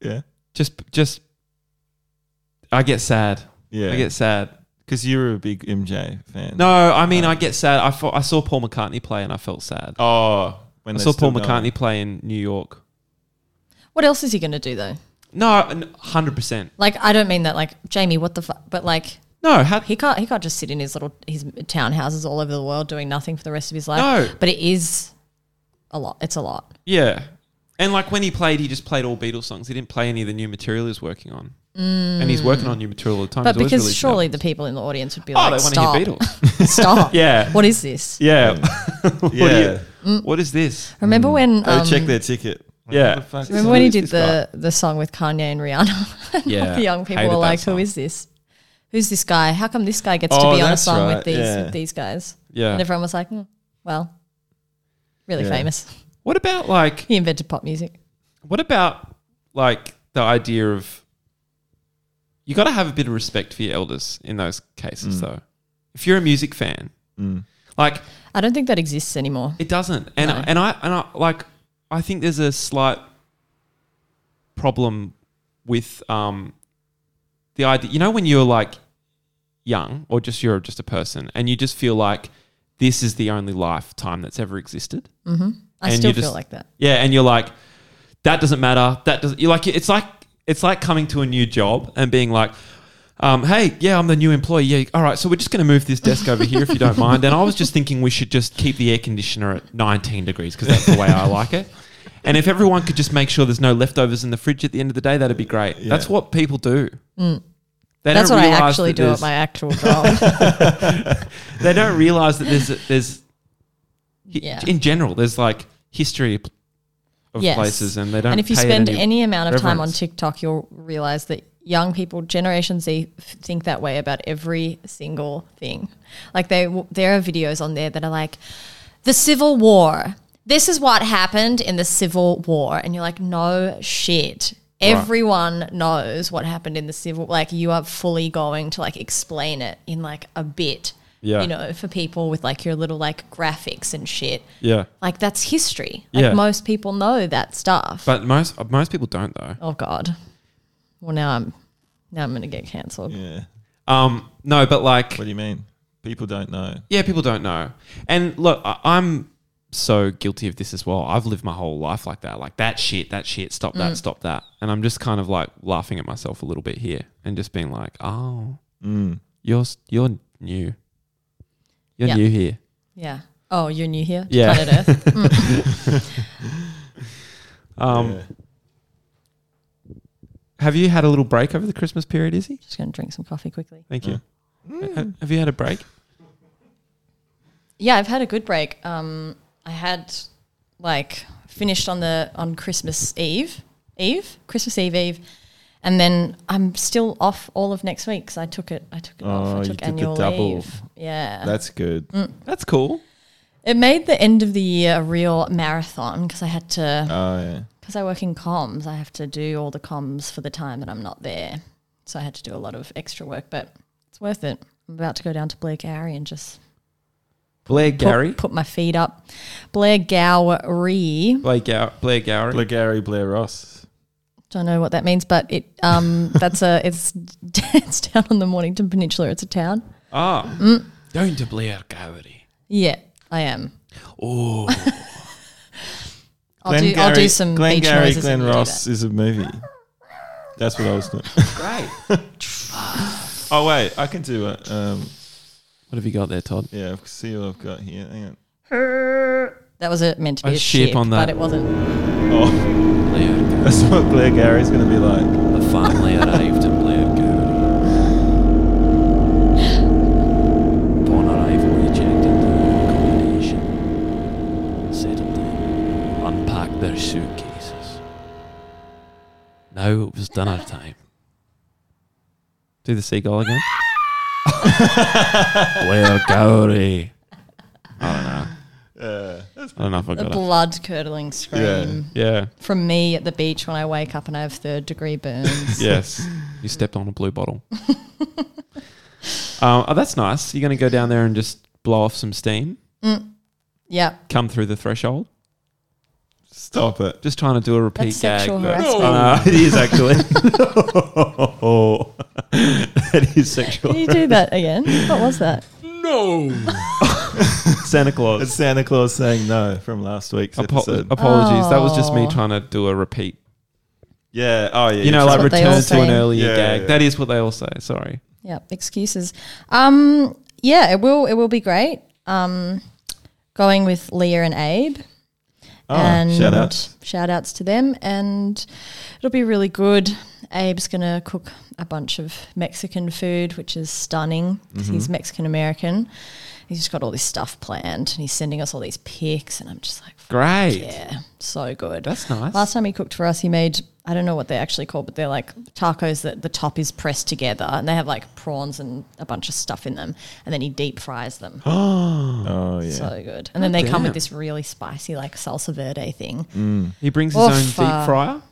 B: yeah,
A: just just I get sad.
B: yeah.
A: I get sad.
B: because you were a big MJ fan.
A: No, I mean I get sad. I fo- I saw Paul McCartney play and I felt sad.
B: oh, when
A: I
B: they're
A: saw Paul
B: still
A: McCartney
B: going.
A: play in New York.
D: What else is he going to do though?
A: No, 100%.
D: Like, I don't mean that. Like, Jamie, what the fuck? But like,
A: No, how,
D: he can't. He can't just sit in his little his townhouses all over the world doing nothing for the rest of his life.
A: No.
D: but it is a lot. It's a lot.
A: yeah. And like when he played, he just played all Beatles songs. He didn't play any of the new material he's working on. And he's working on new material all the time.
D: Mm. But
A: He's always
D: because
A: releasing
D: surely
A: albums.
D: the people in the audience would be
A: Oh,
D: like,
A: they
D: stop,
A: want to hear Beatles.
D: stop.
A: Yeah.
D: What is this?
A: Yeah. What do you-
B: Yeah.
A: what is this?
D: Remember when?
B: They
D: Um,
B: check their ticket.
A: Yeah.
D: remember when he did the, the song with Kanye and Rihanna?
A: Yeah.
D: the young people
A: Hated
D: were
A: that
D: like,
A: song.
D: "Who is this? Who's this guy? How come this guy gets
B: Oh,
D: to be on a
B: that's
D: song
B: right,
D: with these
B: yeah.
D: with these guys?"
A: Yeah.
D: And everyone was like, "Hmm, "Well, really
B: Yeah.
D: famous.
A: What about like
D: He invented pop music."
A: what about like the idea of you got to have a bit of respect for your elders in those cases though. If you're a music fan, like
D: I don't think that exists anymore.
A: it doesn't, and
D: No.
A: and I and I like I think there's a slight problem with um the idea. You know when you're like young or just you're just a person and you just feel like this is the only lifetime that's ever existed.
D: I
A: and you
D: still feel
A: just-
D: like that.
A: Yeah, and you're like, that doesn't matter. That doesn't. You're like, it's like it's like coming to a new job and being like, um, hey, yeah, I'm the new employee. Yeah, all right. So we're just going to move this desk over here if you don't mind. And I was just thinking we should just keep the air conditioner at 19 degrees because that's the way I like it. And if everyone could just make sure there's no leftovers in the fridge at the end of the day, that'd be great. That's what people do. They
D: Mm. That's
A: don't
D: what I
A: realise
D: actually
A: that
D: do at
A: there's-
D: my actual job.
A: They don't realize that there's there's
D: Yeah.
A: in general there's like history of
D: Yes.
A: places, and they don't.
D: and if you
A: pay it
D: spend any, amount of time on
A: reverence.
D: TikTok, you'll realize that young people, Generation Z, f- think that way about every single thing. Like they, w- there are videos on there that are like, the Civil War. This is what happened in the Civil War, and you're like, no shit. Everyone knows what happened in the civil. Like you are fully going to like explain it in like a bit,
A: Yeah.
D: you know, for people with like your little like graphics and shit.
A: yeah,
D: Like that's history. Like
A: Yeah.
D: most people know that stuff.
A: But most uh, most people don't though.
D: oh god. Well now I'm now I'm gonna get cancelled.
B: Yeah.
A: Um, no, but like,
B: What do you mean? People don't know.
A: yeah, people don't know. And look, I, I'm so guilty of this as well. I've lived my whole life like that. Like that shit, that shit, stop
D: Mm.
A: that, stop that. And I'm just kind of like laughing at myself a little bit here and just being like, oh, you're s- you're new. You're
D: Yeah.
A: new here.
D: Yeah. Oh, you're new here? to
A: Yeah.
D: Planet Earth.
A: Um, have you had a little break over the Christmas period, Izzy?
D: Just gonna drink some coffee quickly.
A: Thank you. Ha- Have, you had a break?
D: Yeah, I've had a good break. Um I had like finished on the on Christmas Eve. Eve? Christmas Eve Eve. And then I'm still off all of next week because I took it. I took it off.
B: Oh,
D: I
B: you
D: took
B: did the
D: annual
B: double.
D: leave. Yeah,
B: That's good.
D: Mm.
A: That's cool.
D: it made the end of the year a real marathon because I had to
B: Oh yeah.
D: because I work in comms, I have to do all the comms for the time that I'm not there. So I had to do a lot of extra work, but it's worth it. I'm about to go down to Blair Gowrie and just
A: Blair
D: put,
A: Gowrie.
D: put my feet up. Blair Gowrie.
A: Blair, Gow- Blair Gowrie.
B: Blair Gary Blair Ross.
D: Don't know what that means, but it um that's a it's it's down on the Mornington Peninsula. It's a town.
A: Ah. Going to Blair Gowrie.
D: Yeah, I am.
A: Oh.
D: I'll do I'll do some beach noises.
B: Glen
D: if you do
B: Ross is a movie. That's what I was doing.
A: Great.
B: Oh wait, I can do it. Um,
A: What have you got there, Todd?
B: yeah, I'll see what I've got here. Hang on.
D: That was it meant to be
A: I
D: a
A: ship
D: ship,
A: on that.
D: but it wasn't.
B: Oh,
E: Leo,
B: that's what Blair Gary's gonna be like.
E: the farm laird Aveton Leo Garrity. Born on Ivory, ejected the accommodation. Settled them, unpacked their suitcases. Now it was dinner time.
A: Do the seagull again.
E: Blair Gowrie.
A: I don't know if I
D: The
A: got it.
D: blood curdling scream
B: Yeah.
A: Yeah.
D: from me at the beach when I wake up and I have third degree burns.
A: Yes. you stepped on a blue bottle. um, oh, that's nice. You're going to go down there and just blow off some steam,
D: yeah.
A: come through the threshold.
B: Stop it.
A: Just trying to do a repeat
D: That's
A: gag.
D: sexual
A: but- uh, I
D: harassment.
A: know, it is actually. that is
D: Can
A: sexual.
D: you do that again? What was that?
A: Santa Claus.
B: It's Santa Claus saying no from last week's
A: Apo-
B: episode.
A: apologies. That was just me
D: Oh.
A: trying to do a repeat.
B: yeah. Oh yeah.
A: You know, like
D: what they
A: return
D: all
A: to an
D: say.
A: earlier
B: Yeah,
A: gag.
B: yeah.
A: That is what they all say. Sorry.
D: Yeah, excuses. Um, yeah, it will. It will be great. Um, going with Leah and Abe.
B: Oh,
D: and
B: shout outs.
D: shout outs to them, and it'll be really good. Abe's gonna cook a bunch of Mexican food, which is stunning. 'cause He's Mexican American. He's just got all this stuff planned, and he's sending us all these pics, and I'm just like,
A: Great.
D: yeah, so good.
A: That's nice.
D: Last time he cooked for us, he made I don't know what they're actually called, but they're like tacos that the top is pressed together, and they have like prawns and a bunch of stuff in them, and then he deep fries them.
B: Oh yeah.
D: so good. And then they
A: Damn.
D: come with this really spicy like salsa verde thing.
A: He brings his
D: Oof,
A: own
D: uh,
A: deep fryer.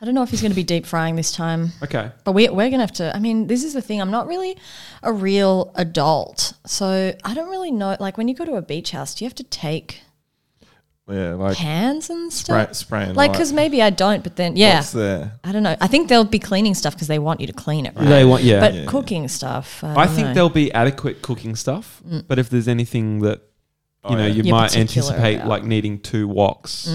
D: I don't know if he's going to be deep frying this time,
A: Okay.
D: but we, we're going to have to. I mean, this is the thing. I'm not really a real adult, so I don't really know. Like when you go to a beach house, do you have to take
B: yeah. Like
D: cans and
B: spray,
D: stuff?
B: spray and
D: Like
B: light.
D: because maybe I don't, but then yeah,
B: What's there?
D: I don't know. I think they'll be cleaning stuff because they want you to clean it, right?
A: They want, yeah.
D: but cooking stuff, I,
A: I
D: don't
A: think
D: know.
A: there'll be adequate cooking stuff, but if there's anything that
B: Oh,
A: you know you
D: Mm. You're
A: might
D: particular
A: anticipate,
D: about. Mm.
A: like needing two woks,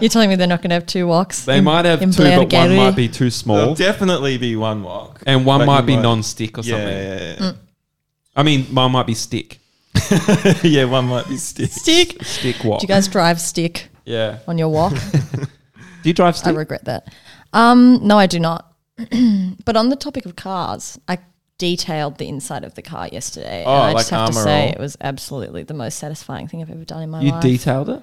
D: You're telling me they're not going to have two woks?
A: they
D: in-
A: might have
D: in
A: two, but one
D: Blairgowrie?
A: might be too
B: There'll
A: small,
B: definitely be one walk,
A: and one
B: but
A: might
B: you
A: be non-stick or
B: Yeah,
A: something.
B: yeah, yeah.
A: I mean, one might be stick,
B: yeah, one might be stick.
D: stick. Do
A: stick wok.
D: you guys drive stick
A: yeah.
D: on your walk?
A: Do you drive
D: I
A: stick?
D: regret that. Um, no, I do not. but on the topic of cars, I detailed the inside of the car yesterday.
B: Oh,
D: and I
B: like
D: just have to
B: Armor
D: say
B: All.
D: it was absolutely the most satisfying thing I've ever done in my
A: you
D: life.
A: detailed it.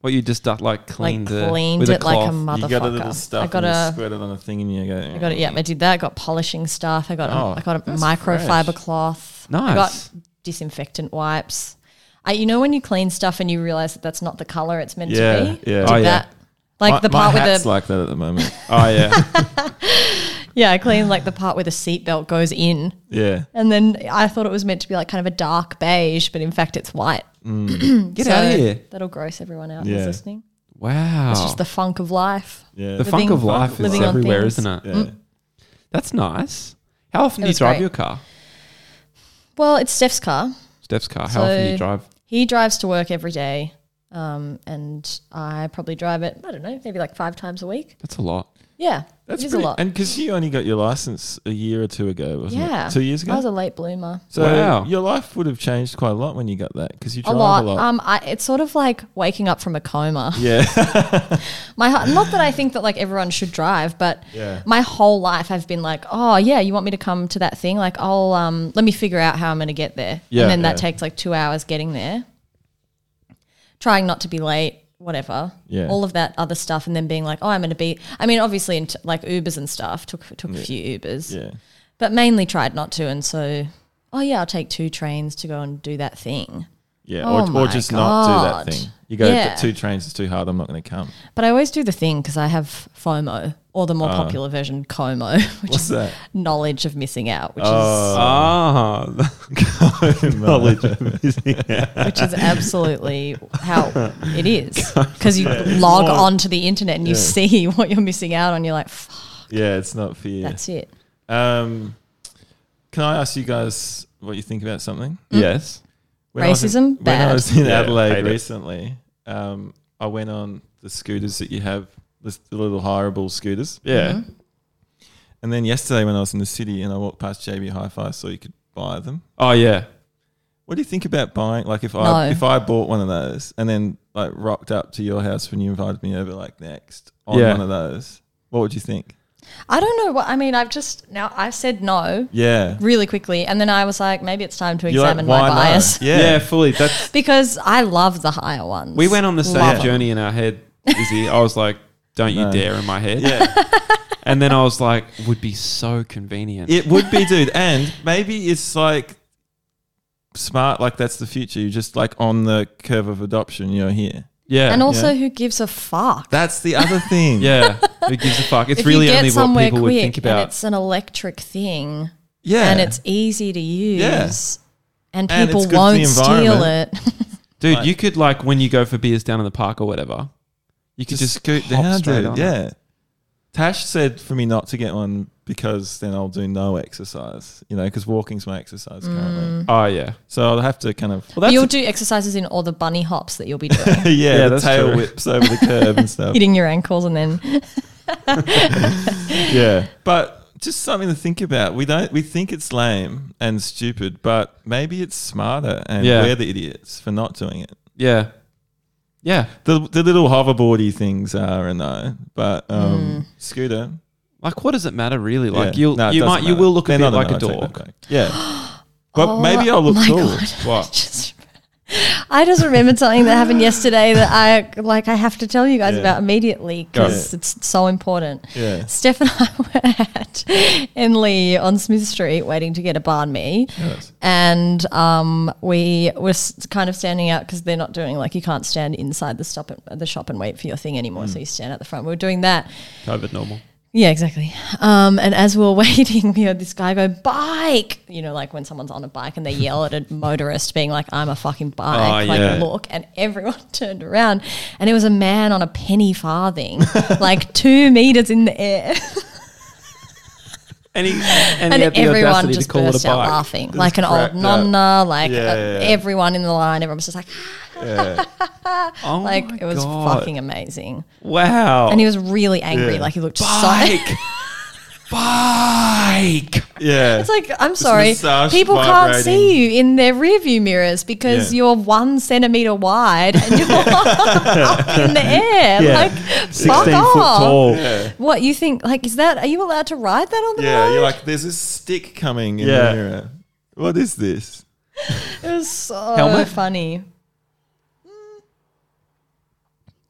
A: Well, you just uh, like
D: Mm. like
A: cleaned, it
D: cleaned
A: with
D: it like a
A: cloth.
D: motherfucker.
B: You got a little stuff.
D: I got
B: and you
D: a
B: squirt it on a thing, and you go.
D: I got it. Yeah, I did that. I got polishing stuff. I got
B: Oh,
D: I got a
B: that's
D: microfiber
B: fresh.
D: cloth.
A: Nice.
D: I got disinfectant wipes. I, you know when you clean stuff and you realize that that's not the color it's meant
B: Yeah,
D: to be.
B: yeah.
D: Did
B: Oh, yeah.
D: that. Like
B: My-
D: the
B: my
D: part where
B: hat's
D: the
B: like that at the moment.
A: Oh yeah,
D: yeah, I cleaned like the part where the seatbelt goes in,
B: Yeah.
D: and then I thought it was meant to be like kind of a dark beige, but in fact it's white.
A: get out of here!
D: That'll gross everyone out
B: Yeah. Oh.
D: who's listening.
A: Wow,
D: It's just the funk of life.
B: Yeah.
A: the funk
D: living-
A: of life is
D: living on
A: everywhere,
D: things.
A: isn't it?
B: yeah.
A: That's nice. How often
D: It
A: do you
D: was
A: drive
D: great.
A: your car?
D: Well, it's Steph's car.
A: Steph's car. How often do you
D: So-
A: drive?
D: He drives to work every day, um, and I probably drive it. I don't know, maybe like five times a week.
A: That's a lot.
D: Yeah,
B: That's
D: it is
B: pretty,
D: a lot.
B: And because you only got your license a year or two ago, wasn't
D: yeah,
B: it? Two years ago.
D: I was a late bloomer.
B: so
A: Wow.
B: your life would have changed quite a lot when you got that because you
D: A
B: drive
D: lot. Um, I, it's sort of like waking up from a coma.
B: yeah.
D: My hu- not that I think that like everyone should drive, but
B: Yeah.
D: my whole life I've been like, oh yeah, you want me to come to that thing? Like, I'll um, let me figure out how I'm going to get there,
B: Yeah,
D: and then that
B: yeah.
D: takes like two hours getting there. Trying not to be late, whatever.
B: Yeah.
D: All of that other stuff, and then being like, oh, I'm going to be. I mean, obviously, in t- like Ubers and stuff took took a few Ubers,
B: yeah.
D: but mainly tried not to, and so. Oh yeah, I'll take two trains to go and do that thing.
B: Yeah.
D: Oh
B: or, or
D: my
B: just not do that
D: God.
B: thing. You go,
D: Yeah.
B: "But two trains is too hard. I'm not going to come.
D: But I always do the thing because I have FOMO, or the more popular version, COMO, which
B: Ah. What's
D: is
B: that? Oh.
D: knowledge of missing out, which
A: Ah,
B: Knowledge.
D: is which is absolutely how it is because you log onto the internet and you see what you're missing out on. You're like, Fuck,
B: yeah, it's not for you.
D: that's it.
B: Um, can I ask you guys what you think about something?
A: yes.
B: When I was in-
D: Racism?
B: When I
D: Bad.
B: was in
A: Yeah,
B: Adelaide
A: hate it.
B: recently, um, I went on the scooters that you have, the the the little hireable scooters.
A: Yeah.
D: Mm-hmm.
B: And then yesterday when I was in the city and I walked past JB Hi-Fi, I saw you could buy them.
A: Oh yeah.
B: What do you think about buying? Like if I
D: No.
B: if I bought one of those and then like rocked up to your house when you invited me over, like next on
A: Yeah.
B: one of those, what would you think?
D: I don't know what I mean. I've just now I said no
B: Yeah,
D: really quickly, and then I was like, maybe it's time to
B: You're like,
D: examine
B: why
D: my
B: no?
D: bias
A: yeah,
B: Yeah,
A: Fully. That's
D: because I love the higher ones.
A: we went on the same
D: Love 'em.
A: journey in our head. Izzy, I was like, "Don't you
B: No.
A: dare!" in my head,
B: yeah.
A: and then I was like, "Would be so convenient."
B: It would be, dude. And maybe it's like smart, like that's the future. You're just like on the curve of adoption, you're here.
A: yeah.
D: And also,
B: Yeah.
D: who gives a fuck?
B: That's the other thing.
A: yeah. Who gives a fuck? It's
D: if
A: really
D: you get
A: only what
D: somewhere
A: people would
D: quick
A: think
D: and
A: about.
D: it's an electric thing
B: Yeah.
D: and it's easy to use
B: Yeah.
D: and
B: And
D: people
B: it's good for the
D: won't steal it.
B: environment.
A: Dude,
B: Like-
A: you could like when you go for beers down in the park or whatever, you could just, scoot down,
B: down,
A: straight
B: dude.
A: on.
B: Yeah. Tash said for me not to get one because then I'll do no exercise, you know, because walking's my exercise currently.
A: Oh yeah.
B: So I'll have to kind of,
A: Well, that's
D: You'll
A: a-
D: do exercises in all the bunny hops that you'll be doing.
B: yeah, the
A: that's
B: tail
A: true.
B: whips over the curb and stuff.
D: Hitting your ankles and then
B: yeah. But just something to think about. We don't we think it's lame and stupid, but maybe it's smarter and
A: Yeah.
B: we're the idiots for not doing it.
A: yeah. Yeah.
B: The the little hoverboardy things are a no, but um, scooter.
A: Like what does it matter really? Like
B: yeah.
A: you'll
B: No, it
A: you
B: doesn't
A: might you
B: matter.
A: will look
B: They're
A: a bit
B: not
A: like
B: no,
A: a Oh
B: I take that
A: dork.
B: back. Yeah. But maybe I'll look
D: Oh my
B: cool.
D: God.
A: What?
D: just I just remembered something that happened yesterday that I like I have to tell you guys
B: Yeah.
D: about immediately because
B: Yeah.
D: it's so important.
B: Yeah.
D: Steph and I were at Enley on Smith Street waiting to get a barn me.
B: Yes.
D: And um, we were s- kind of standing out because they're not doing like you can't stand inside the stop at the shop and wait for your thing anymore.
B: Mm.
D: So you stand at the front. We were doing that.
A: COVID normal.
D: Yeah, exactly. Um, and as we were waiting, we heard this guy go, bike! You know, like when someone's on a bike and they yell at a motorist being like, I'm a fucking bike,
A: Oh,
D: like
A: yeah.
D: look. And everyone turned around and it was a man on a penny farthing, like two meters in the air.
A: And, he, and,
D: And
A: he had the
D: everyone
A: audacity
D: just
A: to call
D: burst
A: it a
D: out
A: bike.
D: laughing, like an
B: cracked
D: old
B: up.
D: nonna, like
B: Yeah,
D: uh,
B: yeah, yeah.
D: everyone in the line. Everyone was just like,
A: Oh
D: like
A: my
D: it was
A: God.
D: fucking amazing.
A: wow.
D: And he was really angry. Like he looked so.
A: bike. bike.
B: Yeah.
D: It's like I'm sorry,
B: moustache
D: people can't
B: vibrating.
D: see you in their rearview mirrors because
B: Yeah.
D: you're one centimeter wide and you're up in the air.
A: Yeah.
D: Like, fuck off.
B: yeah.
D: What you think? Like, is that? Are you allowed to ride that on the
B: Yeah,
D: road?
B: you're like, there's a stick coming in
A: Yeah.
B: the mirror. What is this?
D: it was so
A: Helmet?
D: funny.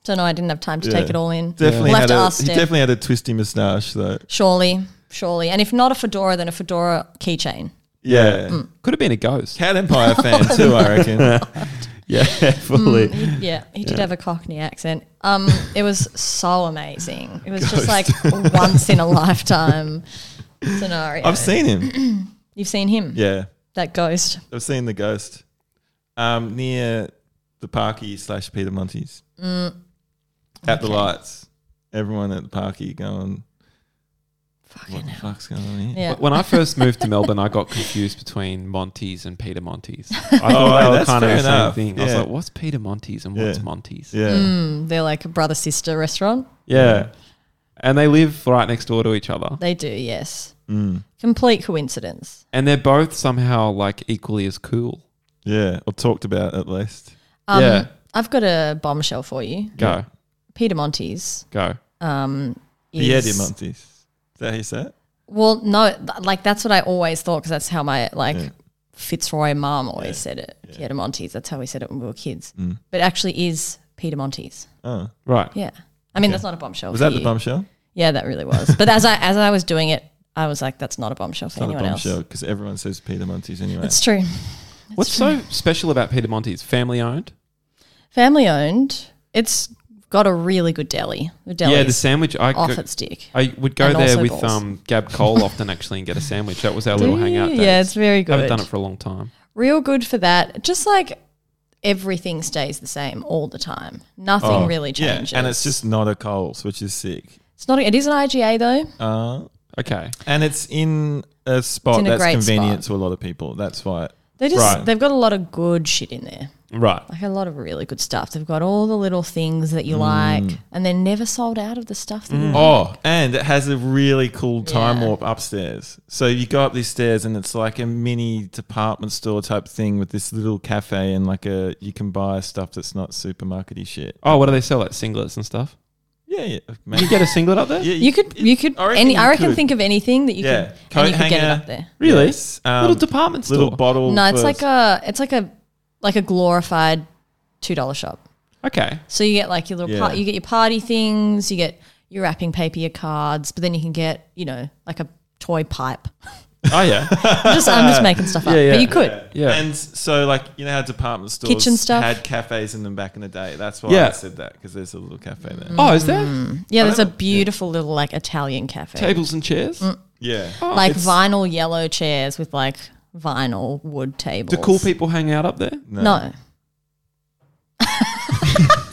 D: Don't know. I didn't have time to take
B: Yeah.
D: it all in.
B: Definitely
D: Left
B: had a,
D: us
B: he definitely had a twisty moustache though.
D: surely, surely, and if not a fedora, then a fedora keychain.
B: Yeah.
A: Could have been a ghost.
B: Cat Empire fan too, I reckon.
A: Yeah, fully.
D: Yeah, he did have a Cockney accent. Um, it was so amazing. It was just like once in a lifetime scenario.
B: I've seen him.
D: You've seen him,
B: Yeah.
D: that ghost.
B: I've seen the ghost um, near the Parky slash Peter Monty's at the lights. Everyone at the Parky going, "What the fuck's going on here?"
D: Yeah,
A: When I first moved to Melbourne, I got confused between Monty's and Peter Monty's. I
B: Oh,
A: thought they were
B: that's
A: kind of
B: fair
A: the same
B: enough.
A: thing. I was
B: Yeah.
A: like, what's Peter Monty's and what's
B: Yeah.
A: Monty's?
B: Yeah,
D: Mm, they're like a brother sister restaurant. Mm.
A: Yeah. And they live right next door to each other.
D: They do, yes.
B: Mm.
D: Complete coincidence.
A: And they're both somehow like equally as cool.
B: yeah, or talked about at least.
D: Um,
A: Yeah.
D: I've got a bombshell for you.
A: Go,
D: Peter Montes.
A: go.
D: Um, is,
B: Yes. Peter Monty's. Is that how you say it?
D: Well, no, th- like that's what I always thought because that's how my like Fitzroy mum always said it. Peter Montes. That's how we said it when we were kids. But it actually is Peter Montes.
B: Mm. Oh,
A: Right.
D: Yeah. I mean, that's not a bombshell.
B: was
D: for
B: that the
D: you.
B: bombshell?
D: Yeah, that really was. But as I as I was doing it, I was like, that's not a bombshell for
B: Not
D: anyone
B: a
D: else.
B: bombshell because everyone says Peter Monty's anyway.
D: It's true.
A: What's so special about Peter Monty's? Family owned?
D: Family owned. It's got a really good deli. The deli
A: yeah, the sandwich. I
D: off
A: go-
D: Oh, its dick.
A: I would go
D: And
A: there
D: also
A: with
D: balls.
A: um, Gab Cole often actually and get a sandwich. That was our little
D: Do
A: hangout.
D: you?
A: Days.
D: Yeah, it's very good.
A: Haven't done it for a long time.
D: real good for that. Just like everything stays the same all the time. Nothing really changes.
B: Oh, and it's just not a Coles, which is sick.
D: it's not. It is an IGA though.
B: Uh,
A: Okay.
B: and it's in a spot
D: in a
B: that's
D: great
B: convenient
D: spot.
B: to a lot of people. That's why
D: They just
B: Right.
D: they've got a lot of good shit in there.
A: Right.
D: Like a lot of really good stuff. They've got all the little things that
B: Mm.
D: you like and they're never sold out of the stuff that you like.
B: Oh, and it has a really cool time
D: Yeah.
B: warp upstairs. So you go up these stairs, and it's like a mini department store type thing with this little cafe, and like a you can buy stuff that's not supermarkety shit.
A: Oh, what do they sell? Like singlets and stuff.
B: Yeah, yeah,
A: You
B: maybe.
A: get a singlet up there?
B: Yeah,
D: You could you could
B: I reckon
D: any I
B: you
D: reckon
B: could.
D: think of anything that you
B: Yeah.
D: could
B: Coat
D: and you could get it
B: hanger.
D: up there.
A: Really?
B: Yes, um,
A: little department store.
B: little bottle.
D: No, it's
B: for-
D: like a it's like a like a glorified two dollar shop.
A: okay.
D: So you get like your little
B: Yeah.
D: par- you get your party things, you get your wrapping paper, your cards, but then you can get you know like a toy pipe.
A: Oh yeah.
D: just I'm just making stuff up,
A: Yeah, yeah.
D: but you could.
A: Yeah.
B: And so, like, you know how department stores
D: Kitchen stuff.
B: had cafes in them back in the day? That's why
A: Yeah.
B: I said that, because there's a little cafe there.
D: Mm.
A: oh, is there
D: Yeah, there's a
B: don't know.
D: beautiful little like Italian cafe,
A: tables and chairs? Oh,
B: Yeah.
D: Mm, like
B: It's-
D: vinyl yellow chairs with like vinyl wood tables.
A: Do cool people hang out up there?
D: No.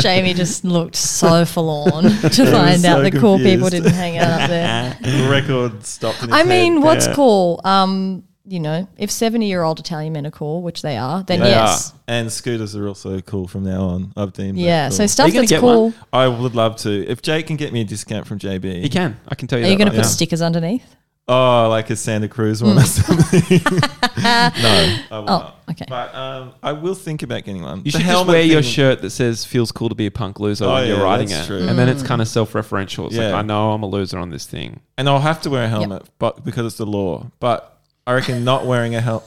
D: Jamie just looked so forlorn to find out
B: so
D: that cool people
B: confused.
D: didn't hang out up there.
B: The Ah, record stopped. in
D: I
B: his
D: mean,
B: head.
D: what's cool? Um, you know, if seventy-year-old Italian men are cool, which they are, then
A: They
D: yes,
B: And scooters are also cool from now on. I've deemed. that
D: yeah.
B: cool.
D: So
A: Are
D: stuff
A: you gonna
D: that's
A: get one?
D: cool.
B: I would love to. If Jake can get me a discount from
A: He
B: JB,
A: can. I can tell you.
D: Are
A: that
D: you going to
A: right
D: put
A: now.
D: stickers underneath?
B: oh, like a Santa Cruz
D: Hmm.
B: one or something. no, I will not.
D: Oh, okay.
B: But um, I will think about getting one.
A: You
B: The
A: should just
B: helmet
A: wear your
B: thing-
A: shirt that says "Feels cool to be a punk loser"
B: Oh,
A: when you're
B: yeah,
A: riding it,
B: that's true.
A: and then
D: Mm.
A: it's kind of self-referential. It's like
B: Yeah.
A: I know I'm a loser on this thing.
B: and I'll have to wear a helmet, but because it's the law. But I reckon not wearing a helmet.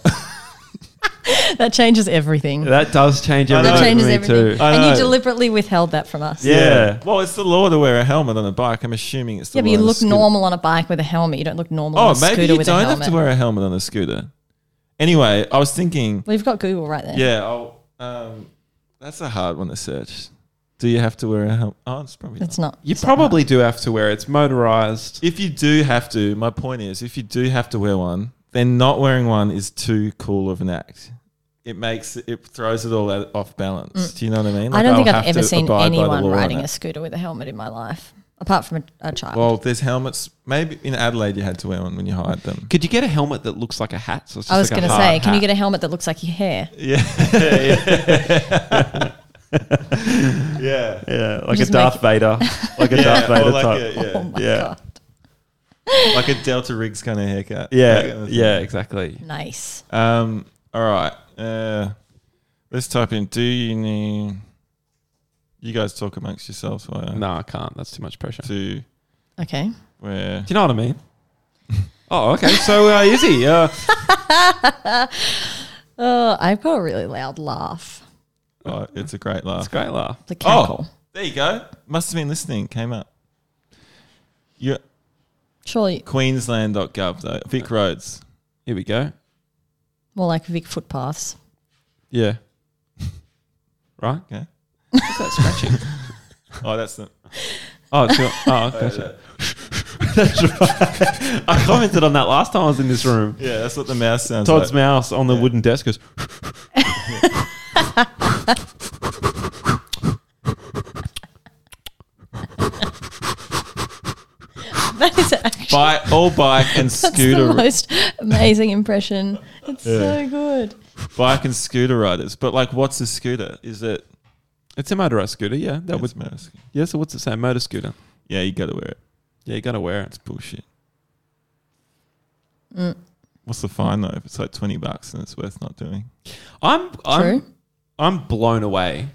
D: That changes everything.
A: That does change
B: I
A: everything.
B: know.
D: that
A: for
D: changes
A: me
D: everything.
A: Too.
B: I
D: And you
B: know.
D: deliberately withheld that from us.
A: Yeah.
B: Well, it's the law to wear a helmet on a bike. I'm assuming it's the
D: Yeah, but
B: law
D: you
B: on a
D: look
B: scooter.
D: normal on a bike with a helmet. You don't look normal on
B: Oh,
D: a
B: maybe
D: scooter
B: you
D: with
B: don't
D: a helmet.
B: have to wear a helmet on a scooter. Anyway, I was thinking.
D: We've got Google right there.
B: Yeah, I'll, um, that's a hard one to search. Do you have to wear a helmet? Oh, it's probably
D: It's
B: not.
D: not.
A: You probably do have to wear it. It's motorized.
B: If you do have to, my point is, if you do have to wear one, then not wearing one is too cool of an act. It makes it throws it all out, off balance. Do you know what I mean?
D: Mm. I
B: Like,
D: don't think
B: I'll
D: I've
B: have
D: ever
B: to
D: seen
B: abide by the
D: anyone
B: law on
D: riding
B: it.
D: a scooter with a helmet in my life, apart from a, a child.
B: Well, there's helmets. Maybe in Adelaide you had to wear one when you hired them.
A: Could you get a helmet that looks like a hat? So it's just
D: I was
A: like
D: going to
A: a hard
D: say, can you
A: hat?
D: get a helmet that looks like your hair?
B: Yeah, yeah, yeah.
A: Yeah, like
D: Just a Darth
A: Vader, like a
B: Yeah, or like a,
D: Oh
B: yeah,
D: my
A: Yeah.
D: god,
B: like a Delta Rigs kind of haircut. That kind of thing.
A: exactly.
D: nice.
B: Um, all right. Uh, let's type in. Do you need? You guys talk amongst yourselves. Why I
A: No, I can't. That's too much pressure. Do
B: to
D: Okay,
B: where?
A: you know what I mean? oh, okay. So uh, Izzy, uh,
D: oh, I've got a really loud laugh.
B: Oh, it's a great
A: it's
B: laugh.
A: a great laugh.
D: The cackle.
B: There you go. Must have been listening. Came up. Yeah,
D: Surely
B: Queensland.gov though. Vic Roads.
A: Here we go.
D: more like Vic footpaths.
A: Yeah. right.
B: Okay.
A: What's that scratching?
B: Oh, that's the.
A: Oh, it's your, oh, okay. so- That's right. I commented on that last time I was in this room.
B: Yeah, that's what the mouse sounds
A: Todd's
B: like.
A: mouse on the
B: Yeah.
A: wooden desk goes.
D: That is actually
B: Bike, all bike and
D: that's
B: scooter
D: the most amazing impression. It's so good.
B: bike and scooter riders. But like, what's a scooter? Is it?
A: It's a motorized scooter, yeah. That would
B: It's mouse.
A: yeah. So what's it say? Motor scooter.
B: Yeah, you got to wear it.
A: Yeah, you gotta wear it.
B: It's bullshit. What's the fine though? If it's like twenty bucks and it's worth not doing.
A: I'm
D: True.
A: I'm I'm blown away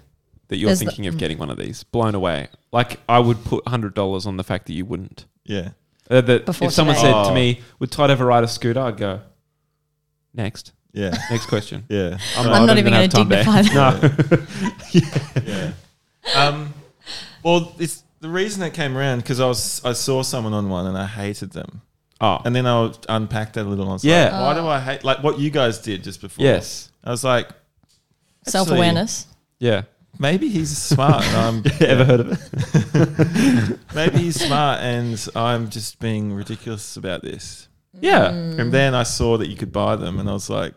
A: that you're
D: There's the- Mm.
A: thinking of getting one of these. Blown away. Like I would put hundred dollars on the fact that you wouldn't.
B: Yeah.
A: Uh, that
D: Before
A: if someone
D: today.
A: said to
B: Oh.
A: me, "Would Todd ever ride a scooter?" I'd go, "Next,
B: Yeah.
A: next question."
B: Yeah.
A: I don't
D: I'm not even going to
A: have time
D: dignify that.
A: No,
B: um well it's the reason it came around because I was I saw someone on one and I hated them.
A: oh,
B: And then I unpacked that a little and I was
A: Yeah.
B: like, why do I hate like what you guys did just before?
A: yes,
B: I was like
D: Self awareness.
A: yeah.
B: Maybe he's smart. And I'm,
A: Ever heard of it?
B: maybe he's smart, and I'm just being ridiculous about this.
A: Yeah.
D: Mm.
B: And then I saw that you could buy them, and I was like,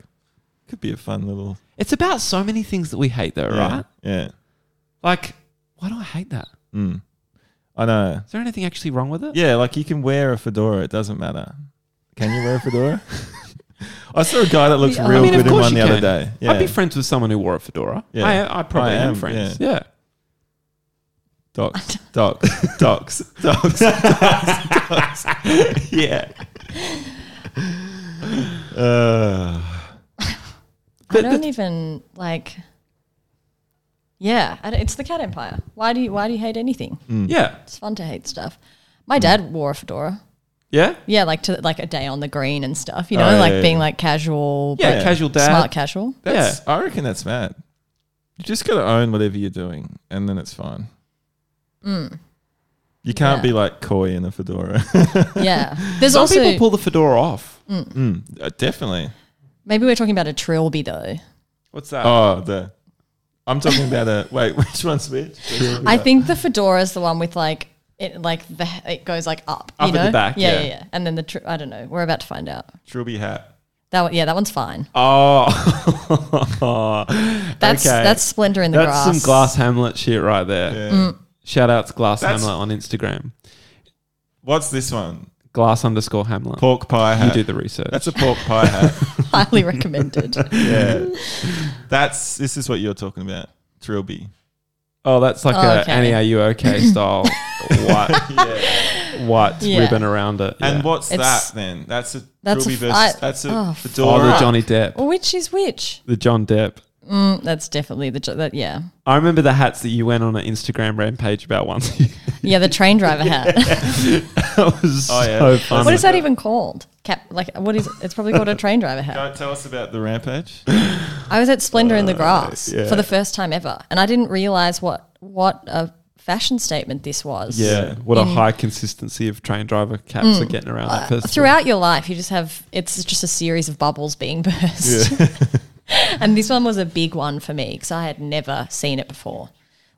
B: could be a fun little
A: It's about so many things that we hate, though,
B: Yeah,
A: right?
B: Yeah.
A: Like, why do I hate that?
B: Mm. I know.
A: Is there anything actually wrong with it?
B: Yeah, like you can wear a fedora. It doesn't matter. Can you wear a fedora? I I saw a guy that looks
D: The- I
B: real
A: I mean,
B: good
A: of
B: in
A: course
B: one the
A: you
B: other
A: can.
B: day. Yeah.
A: I'd be friends with someone who wore a fedora.
B: Yeah.
A: I, I probably
B: I
A: am,
B: am,
A: friends. Yeah.
B: docs, docs, docs, docs, docs, docs. Yeah. Uh,
D: I don't even like. Yeah, I don't- it's the cat empire. Why do you Why do you hate anything?
A: Yeah.
D: It's fun to hate stuff. My dad wore a fedora.
A: Yeah.
D: Yeah, like to like a day on the green and stuff. You
B: Oh,
D: know,
B: yeah,
D: like
B: yeah,
D: being
B: yeah.
D: like casual.
A: Yeah.
D: but
A: Casual dad.
D: Smart casual.
A: Yeah.
B: that's, I reckon that's mad. You just got to own whatever you're doing, and then it's fine. You can't
D: Yeah.
B: be like coy in a fedora.
D: Yeah. There's
A: Some
D: also
A: people pull the fedora off.
B: Mm, uh, definitely.
D: maybe we're talking about a trilby though.
A: What's that?
B: Oh, the. I'm talking about a. Wait, which one's which?
D: I think the fedora is the one with like it like the it goes like up.
A: Up
D: you
A: at
D: know?
A: the back,
D: Yeah,
A: yeah.
D: yeah. yeah. And then the tri- I don't know. We're about to find out.
B: Trilby hat.
D: That one, yeah, that one's fine.
A: Oh,
D: That's
A: okay.
D: that's Splendor in the
A: That's
D: grass.
A: some Glass Hamlet shit right there.
B: Yeah.
A: Shout out to Glass
B: That's-
A: Hamlet on Instagram.
B: What's this one?
A: Glass underscore Hamlet.
B: Pork pie
A: you
B: hat.
A: do the research.
B: That's a pork pie hat.
D: Highly recommended.
B: yeah. That's this is what you're talking about. Trilby.
A: oh, that's like
D: Oh,
A: a
D: okay.
A: Annie Are You Okay style white
B: Yeah.
A: white
D: Yeah.
A: ribbon around it.
B: And
A: Yeah.
B: what's
D: It's-
B: that then? That's a
D: That's a
B: Trilby
D: f-
B: versus
D: I-
B: that's a
D: oh,
A: Oh,
B: fedora.
A: the Johnny Depp,
D: which is which?
A: the John Depp.
D: Mm, that's definitely the jo- that yeah
A: I remember the hats that you went on an Instagram rampage about once.
D: yeah the train driver hat.
A: that was
B: Oh, yeah.
A: so
B: That's
A: funny.
D: what is that even called? Cap like what is it? it's probably called a train driver hat.
B: Don't tell us about the rampage.
D: I was at Splendor in the Grass
B: yeah.
D: for the first time ever, and I didn't realize what what a fashion statement this was.
A: Yeah, what
D: Mm.
A: a high consistency of train driver caps are getting around that festival.
D: Uh, Throughout your life, you just have it's just a series of bubbles being burst. and this one was a big one for me because I had never seen it before.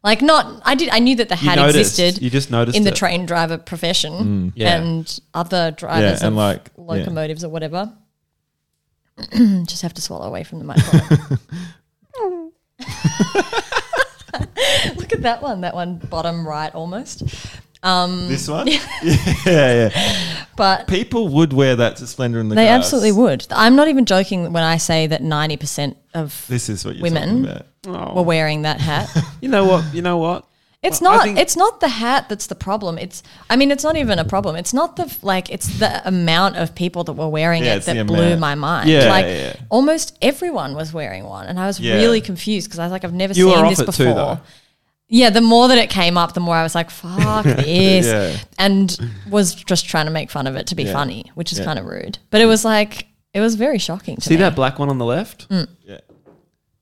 D: Like, not I did I knew that the
A: you
D: hat
A: noticed,
D: existed
A: you just noticed
D: in the
A: it. Mm.
D: train driver profession
A: yeah.
D: and other drivers
B: Yeah, and
D: of
B: like- yeah.
D: locomotives or whatever. just have to swallow away from the microphone. Look at that one, that one bottom right almost.
B: this one? yeah, yeah.
D: But
B: People would wear that to Splendor in the
D: They
B: Grass.
D: absolutely would. I'm not even joking when I say that 90% of
B: This is what you're
D: Women.
B: talking about.
D: were wearing that hat.
A: You know what? You know what?
D: It's
A: Well, I
D: not
A: think-
D: it's not the hat that's the problem. It's I mean it's not even a problem. It's not the like it's the amount of people that were wearing
B: Yeah,
D: it
B: it's the
D: that blew
B: amount.
D: my mind.
B: Yeah,
D: like
B: yeah, yeah.
D: almost everyone was wearing one and I was
B: Yeah.
D: really confused because I was like I've never
A: You were
D: seen
A: off
D: this
A: it
D: before.
A: too, though.
D: Yeah, the more that it came up, the more I was like, fuck this.
B: Yeah.
D: And was just trying to make fun of it to be
B: Yeah.
D: funny, which is
B: Yeah.
D: kind of rude. But it was like, it was very shocking to
A: See
D: me.
A: that black one on the left?
B: Yeah.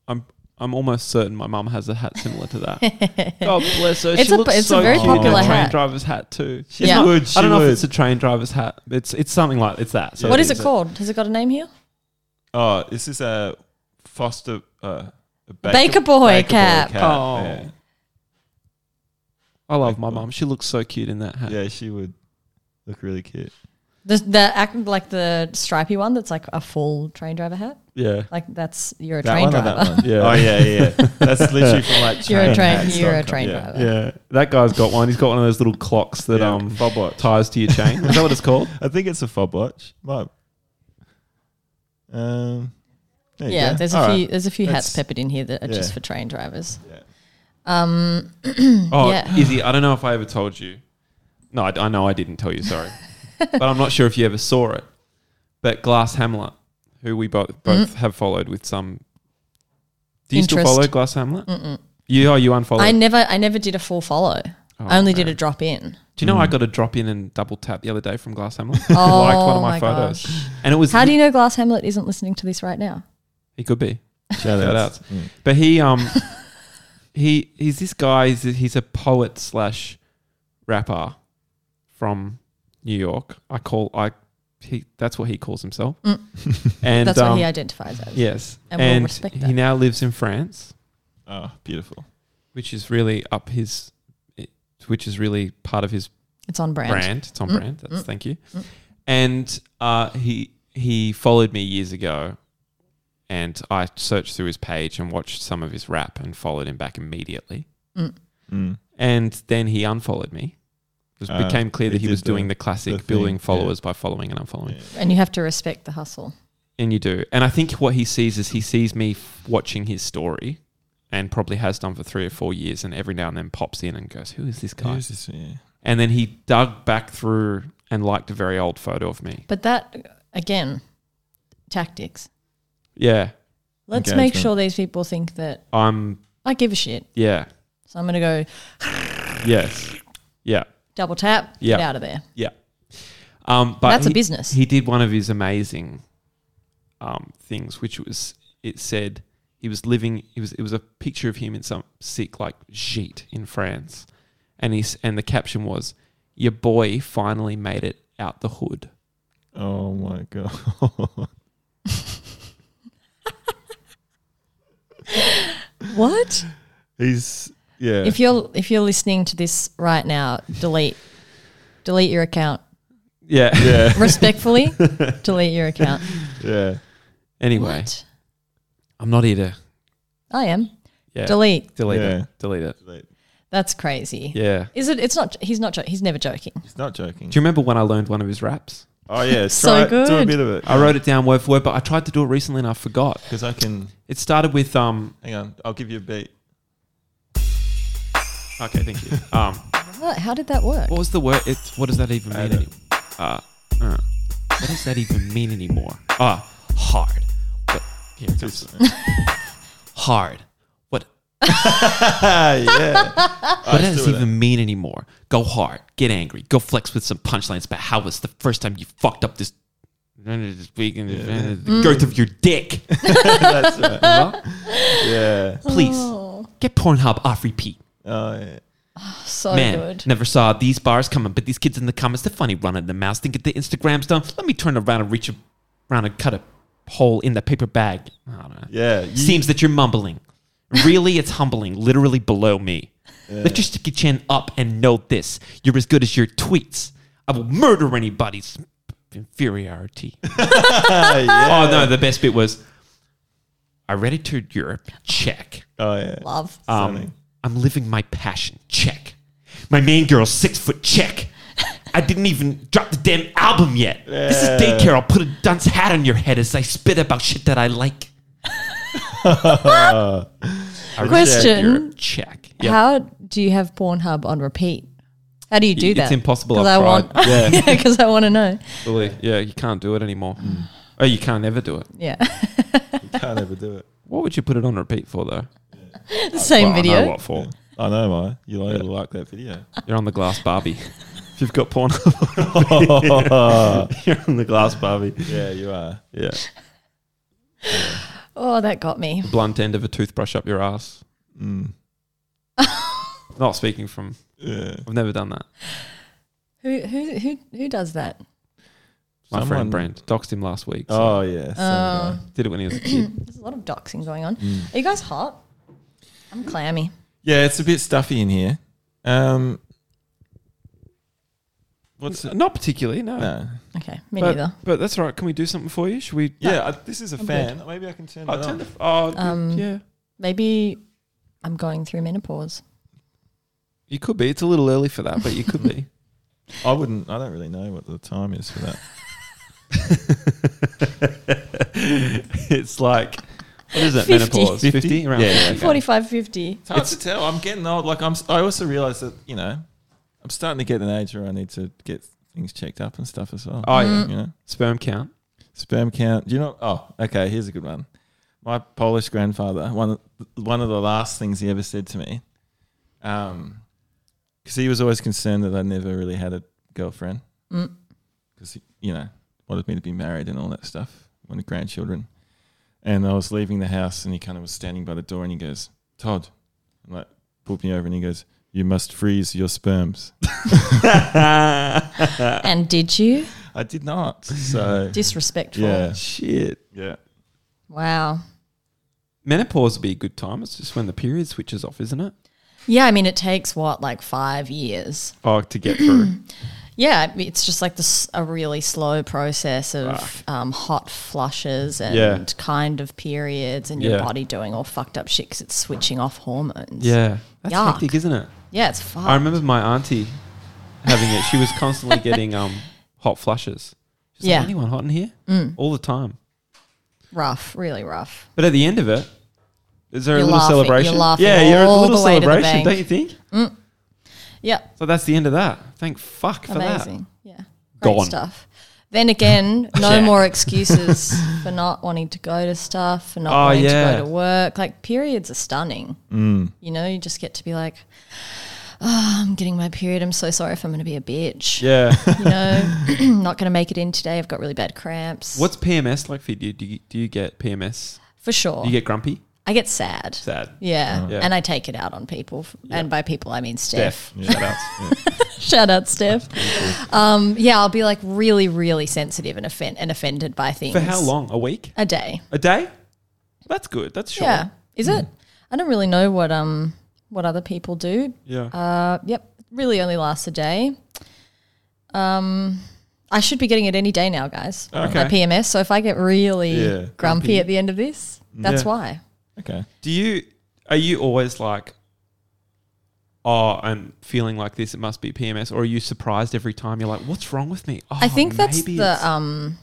A: I'm I'm almost certain my mum has a hat similar to that. God bless her.
D: It's
A: she
D: a-
A: looks
D: it's a
A: so
D: very
A: cute in
D: popular
A: train
D: hat.
A: driver's hat too. She
D: Yeah.
B: would,
A: I
B: she
A: don't know
B: would.
A: if it's a train driver's hat. It's it's something like it's that. So
D: What
B: Yeah,
D: is it
B: it's a-
D: called? Has it got a name here?
B: Oh, this is a Foster uh, a
D: Baker Boy cap.
A: Oh.
B: Yeah.
A: I love my mum. She looks so cute in that hat.
B: Yeah, she would look really cute.
D: The, the act like the stripy one that's like a full train driver hat.
A: Yeah.
D: Like that's you're a
B: That
D: train
B: one
D: driver.
B: or that one?
A: Yeah.
B: Oh yeah, yeah. yeah. That's literally from like
D: You're a train.
B: hats
D: You're a
B: dot com.
D: train
B: yeah.
D: driver.
A: Yeah. That guy's got one. He's got one of those little clocks that
B: Yeah,
A: um
B: fob watch.
A: ties to your chain. Is that what it's called?
B: I think it's a fob watch. Might. Um. there you
D: Yeah,
B: go.
D: there's a
B: All
D: few
B: right.
D: there's a few hats
B: That's-
D: peppered in here that are just
B: yeah.
D: for train drivers.
B: Yeah.
D: Um,
A: Oh,
D: Yeah.
A: Izzy, I don't know if I ever told you. No, I, I know I didn't tell you, sorry. but I'm not sure if you ever saw it. But Glass Hamlet, who we both both have followed with some. Do you still
D: Mm. Interest.
A: follow Glass Hamlet? Mm-mm. You, oh, you unfollowed. Oh,
D: I never I never did a full follow. I only did Mm. a drop in.
A: do you know I got a drop in and double tap the other day from Glass Hamlet?
D: Oh,
A: liked one of my,
D: my
A: photos. And it was.
D: How do you know Glass Hamlet isn't listening to this right now?
A: He could be.
B: Shout
A: Shout
B: outs. Mm.
A: outs. But he um he he's this guy. He's a, he's a poet slash rapper from New York. I call I he that's what he calls himself. and
D: Mm. That's
A: um,
D: what he identifies as.
A: yes,
D: and we'll respect
A: he
D: that.
A: now lives in France,
B: Oh, beautiful.
A: which is really up his, it- which is really part of his
D: It's on brand. Mm.
A: brand. It's on brand. That's thank you. And uh, he he followed me years ago, and I searched through his page and watched some of his rap and followed him back immediately.
B: Mm.
A: And then he unfollowed me. It
B: Ah,
A: became clear
B: he
A: that he
B: did
A: was doing
B: the-
A: the classic
B: the
A: building
B: thing,
A: followers by following and unfollowing.
B: Yeah.
D: And you have to respect the hustle.
A: and you do. And I think what he sees is he sees me f- watching his story, and probably has done for three or four years, and every now and then pops in and goes, "Who is this guy?"
B: Who's this? Yeah.
A: and then he dug back through and liked a very old photo of me.
D: But that, again, tactics.
A: Yeah,
D: Let's make
B: Engagement.
D: sure these people think that
A: I'm.
D: I give a shit.
A: Yeah.
D: So I'm going to go
A: Yes. Yeah.
D: double tap,
A: Yeah.
D: get out of there.
A: Yeah. Um, but
D: That's a
A: he-
D: business.
A: He did one of his amazing um, things, which was it said he was living. It was it was a picture of him in some sick like sheet in France, and he s- and the caption was, "Your boy finally made it out the hood."
B: Oh my god.
D: What?
B: He's yeah.
D: If you're if you're listening to this right now, delete delete your account.
A: Yeah.
B: yeah.
D: Respectfully, delete your account.
B: Yeah.
A: anyway,
D: What?
A: I'm not here to
D: I am.
A: yeah
D: Delete.
A: delete
B: Yeah.
A: it delete it.
D: That's crazy.
A: Yeah.
D: Is it? It's not. He's not. jo- He's never joking.
B: He's not joking.
A: Do you remember when I learned one of his raps?
B: Oh yeah.
D: So
B: try- Do a
D: good.
B: bit of it.
A: I wrote it down word for word, but I tried to do it recently and I forgot.
B: because I can.
A: It started with um.
B: Hang on. I'll give you a beat.
A: Okay, thank you. Um.
D: What? How did that work?
A: What was the word? It's what does that even
B: I
A: mean
B: don't-
A: anymore? Uh, uh, what does that even mean anymore? Ah, hard. What? Here it comes. Hard. What?
B: Ah yeah.
A: What does
B: do
A: it
B: with
A: even mean anymore? Go hard. Get angry. Go flex with some punchlines. But how was the first time you fucked up this? This week and the girth of your dick.
B: That's right. Yeah.
A: Please get Pornhub off repeat.
B: Oh yeah.
D: so
A: Man,
D: good.
A: never saw these bars coming, but these kids in the comments, they're funny running their mouths, thinking the Instagram's done. Let me turn around and reach around and cut a hole in the paper bag. I don't know.
B: Yeah. You,
A: Seems that you're mumbling. Really, it's humbling, literally below me. Lift your sticky chin up and know this. You're as good as your tweets. I will murder anybody's inferiority.
B: Ah, yeah.
A: Oh, no, the best bit was I read it to Europe. Check.
B: Oh yeah.
D: Love.
A: Um,
B: Stunning.
A: I'm living my passion. Check. My main girl's six foot. Check. I didn't even drop the damn album yet. This is daycare. I'll put a dunce hat on your head as I spit about shit that I like. I really
D: Question.
A: like your Check. Yeah.
D: How do you have Pornhub on repeat? How do you do
A: It's
D: that?
A: impossible.
D: 'Cause
A: I've
D: I
A: tried.
D: want. Yeah, because I want to know.
A: Yeah, you can't do it anymore. Oh, you can't ever do it.
D: Yeah,
B: Can't ever do it.
A: What would you put it on repeat for though?
D: same
A: Well, I know
D: video.
A: what for.
B: I know, Maya. You like, like that video.
A: You're on the glass Barbie. if you've got porn, you're on the glass Barbie.
B: Yeah, you are.
A: Yeah.
D: Oh, that got me.
A: blunt end of a toothbrush up your ass. Mm. Not speaking from.
B: Yeah.
A: I've never done that.
D: Who who who who does that?
A: My
B: Someone-
A: friend Brent doxed him last week. So
B: Oh yeah. So
D: Oh.
A: Did it when he was a kid.
D: There's a lot of doxing going on.
A: Mm.
D: Are you guys hot? I'm clammy.
B: yeah, it's a bit stuffy in here. Um, what's it?
A: Not particularly, no.
B: No.
D: Okay, me
A: But,
D: neither.
A: but that's all right. Can we do something for you? Should we?
B: Yeah, I, this is a fan. Maybe I can turn it
A: I'll
B: on.
A: turn the. Oh,
D: Um,
A: yeah.
D: Maybe I'm going through menopause.
A: You could be. It's a little early for that, but you could be.
B: I wouldn't. I don't really know what the time is for that.
A: it's like. What is it?
D: 50.
A: Menopause. 50? Around
B: Yeah,
A: there,
B: yeah.
A: okay.
D: 45, 50.
B: It's hard to tell. I'm getting old. Like I'm. s- I also realize that you know, I'm starting to get an age where I need to get things checked up and stuff as well.
A: Oh, yeah.
B: You know,
A: Sperm count.
B: sperm count. Do you know? Oh, okay. Here's a good one. My Polish grandfather. One. of- One of the last things he ever said to me. Um, because he was always concerned that I never really had a girlfriend. Because you know wanted me to be married and all that stuff. Wanted grandchildren. And I was leaving the house, and he kind of was standing by the door, and he goes, "Todd," and like pulled me over, and he goes, "You must freeze your sperms."
A: Uh,
D: And did you?
B: I did not. So
D: Disrespectful.
B: yeah,
A: Shit.
B: yeah.
D: Wow.
A: Menopause would be a good time. It's just when the period switches off, isn't it?
D: Yeah, I mean, it takes what, like five years?
A: Oh, to get through.
D: Yeah, it's just like this a really slow process of um, hot flushes and
A: Yeah.
D: kind of periods and
A: Yeah.
D: your body doing all fucked up shit because it's switching off hormones.
A: yeah. That's
D: Yuck.
A: hectic, isn't it?
D: Yeah, it's fucked.
A: I remember my auntie having it. She was constantly getting um, hot flushes. She's
D: Yeah. Mm.
A: like, anyone hot in here? All the time.
D: Rough, really rough.
A: But at the end of it, is there
D: You're
A: a little
D: laughing-
A: celebration?
D: you're laughing
A: yeah, you're a
D: all
A: little
D: the way to the
A: celebration,
D: bank.
A: don't you think?
D: Yep.
A: So that's the end of that. Thank fuck for
D: Amazing. Yeah. Great
A: Gone.
D: stuff. Then again, no
A: Yeah.
D: more excuses for not wanting to go to stuff, for not
A: Oh,
D: wanting
A: yeah. Mm.
D: to go to work. Like periods are stunning. You know, you just get to be like, oh, I'm getting my period. I'm so sorry if I'm going to be a bitch.
A: that. Yeah.
D: You know, not going to make it in today. I've got really bad cramps.
A: What's PMS like for you? Do you, do you, do you get PMS?
D: for sure?
A: Do you get grumpy?
D: I get sad.
A: Sad. Oh,
D: Yeah.
A: Yeah.
D: and I take it out on people, and by people I mean Steph.
A: Deaf.
B: Shout out.
D: Shout out, Steph. Um, yeah, I'll be like really, really sensitive and offend and offended by things.
A: For how long? A week?
D: A day.
A: A day? That's good. That's short.
D: Yeah. Is
A: Mm.
D: it? I don't really know what um what other people do.
A: Yeah.
D: Uh, yep. Really only lasts a day. Um, I should be getting it any day now, guys.
A: Ah. Okay.
D: My PMS. So if I get really
B: Yeah,
D: grumpy,
A: grumpy.
D: at the end of this, that's
A: Yeah.
D: why.
B: Okay.
A: Do you are you always like, oh, I'm feeling like this. It must be PMS, or are you surprised every time? You're like, what's wrong with me? Oh,
D: I think that's
A: maybe
D: the
A: it's-
D: um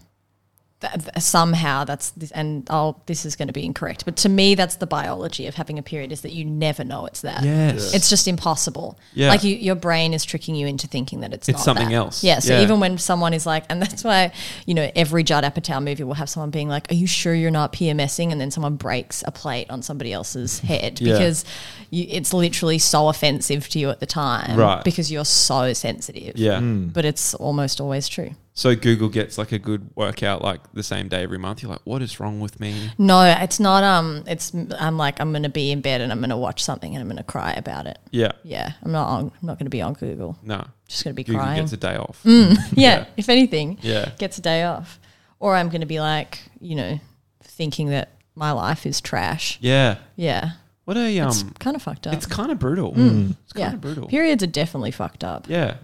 D: th- th- somehow that's this, and I'll this is going to be incorrect, but to me that's the biology of having a period is that you never know it's that.
A: yes.
D: It's just impossible.
A: Yeah.
D: Like you, your brain is tricking you into thinking that it's
A: It's
D: not
A: something
D: that.
A: else.
D: Yeah. So
A: Yeah.
D: even when someone is like, and that's why you know every Judd Apatow movie will have someone being like, "Are you sure you're not PMSing?" And then someone breaks a plate on somebody else's head
A: Yeah.
D: because you, it's literally so offensive to you at the time,
A: Right.
D: Because you're so sensitive.
A: yeah.
D: But it's almost always true.
A: So Google gets like a good workout like the same day every month. You're like, what is wrong with me?
D: No, it's not. Um, it's I'm like I'm gonna be in bed and I'm gonna watch something and I'm gonna cry about it.
A: Yeah.
D: Yeah, I'm not. On, I'm not gonna be on Google.
A: No.
D: Just gonna be
A: Google
D: crying. Mm.
A: gets a day off.
D: yeah, if anything,
A: Yeah.
D: gets a day off. Or I'm going to be like, you know, thinking that my life is trash.
A: Yeah.
D: Yeah.
A: What a um.
D: It's
A: It's,
D: kind of fucked up.
A: kind of brutal.
B: Mm.
A: It's kind
D: Mm. yeah.
A: of brutal.
D: Periods are definitely fucked up,
A: Yeah.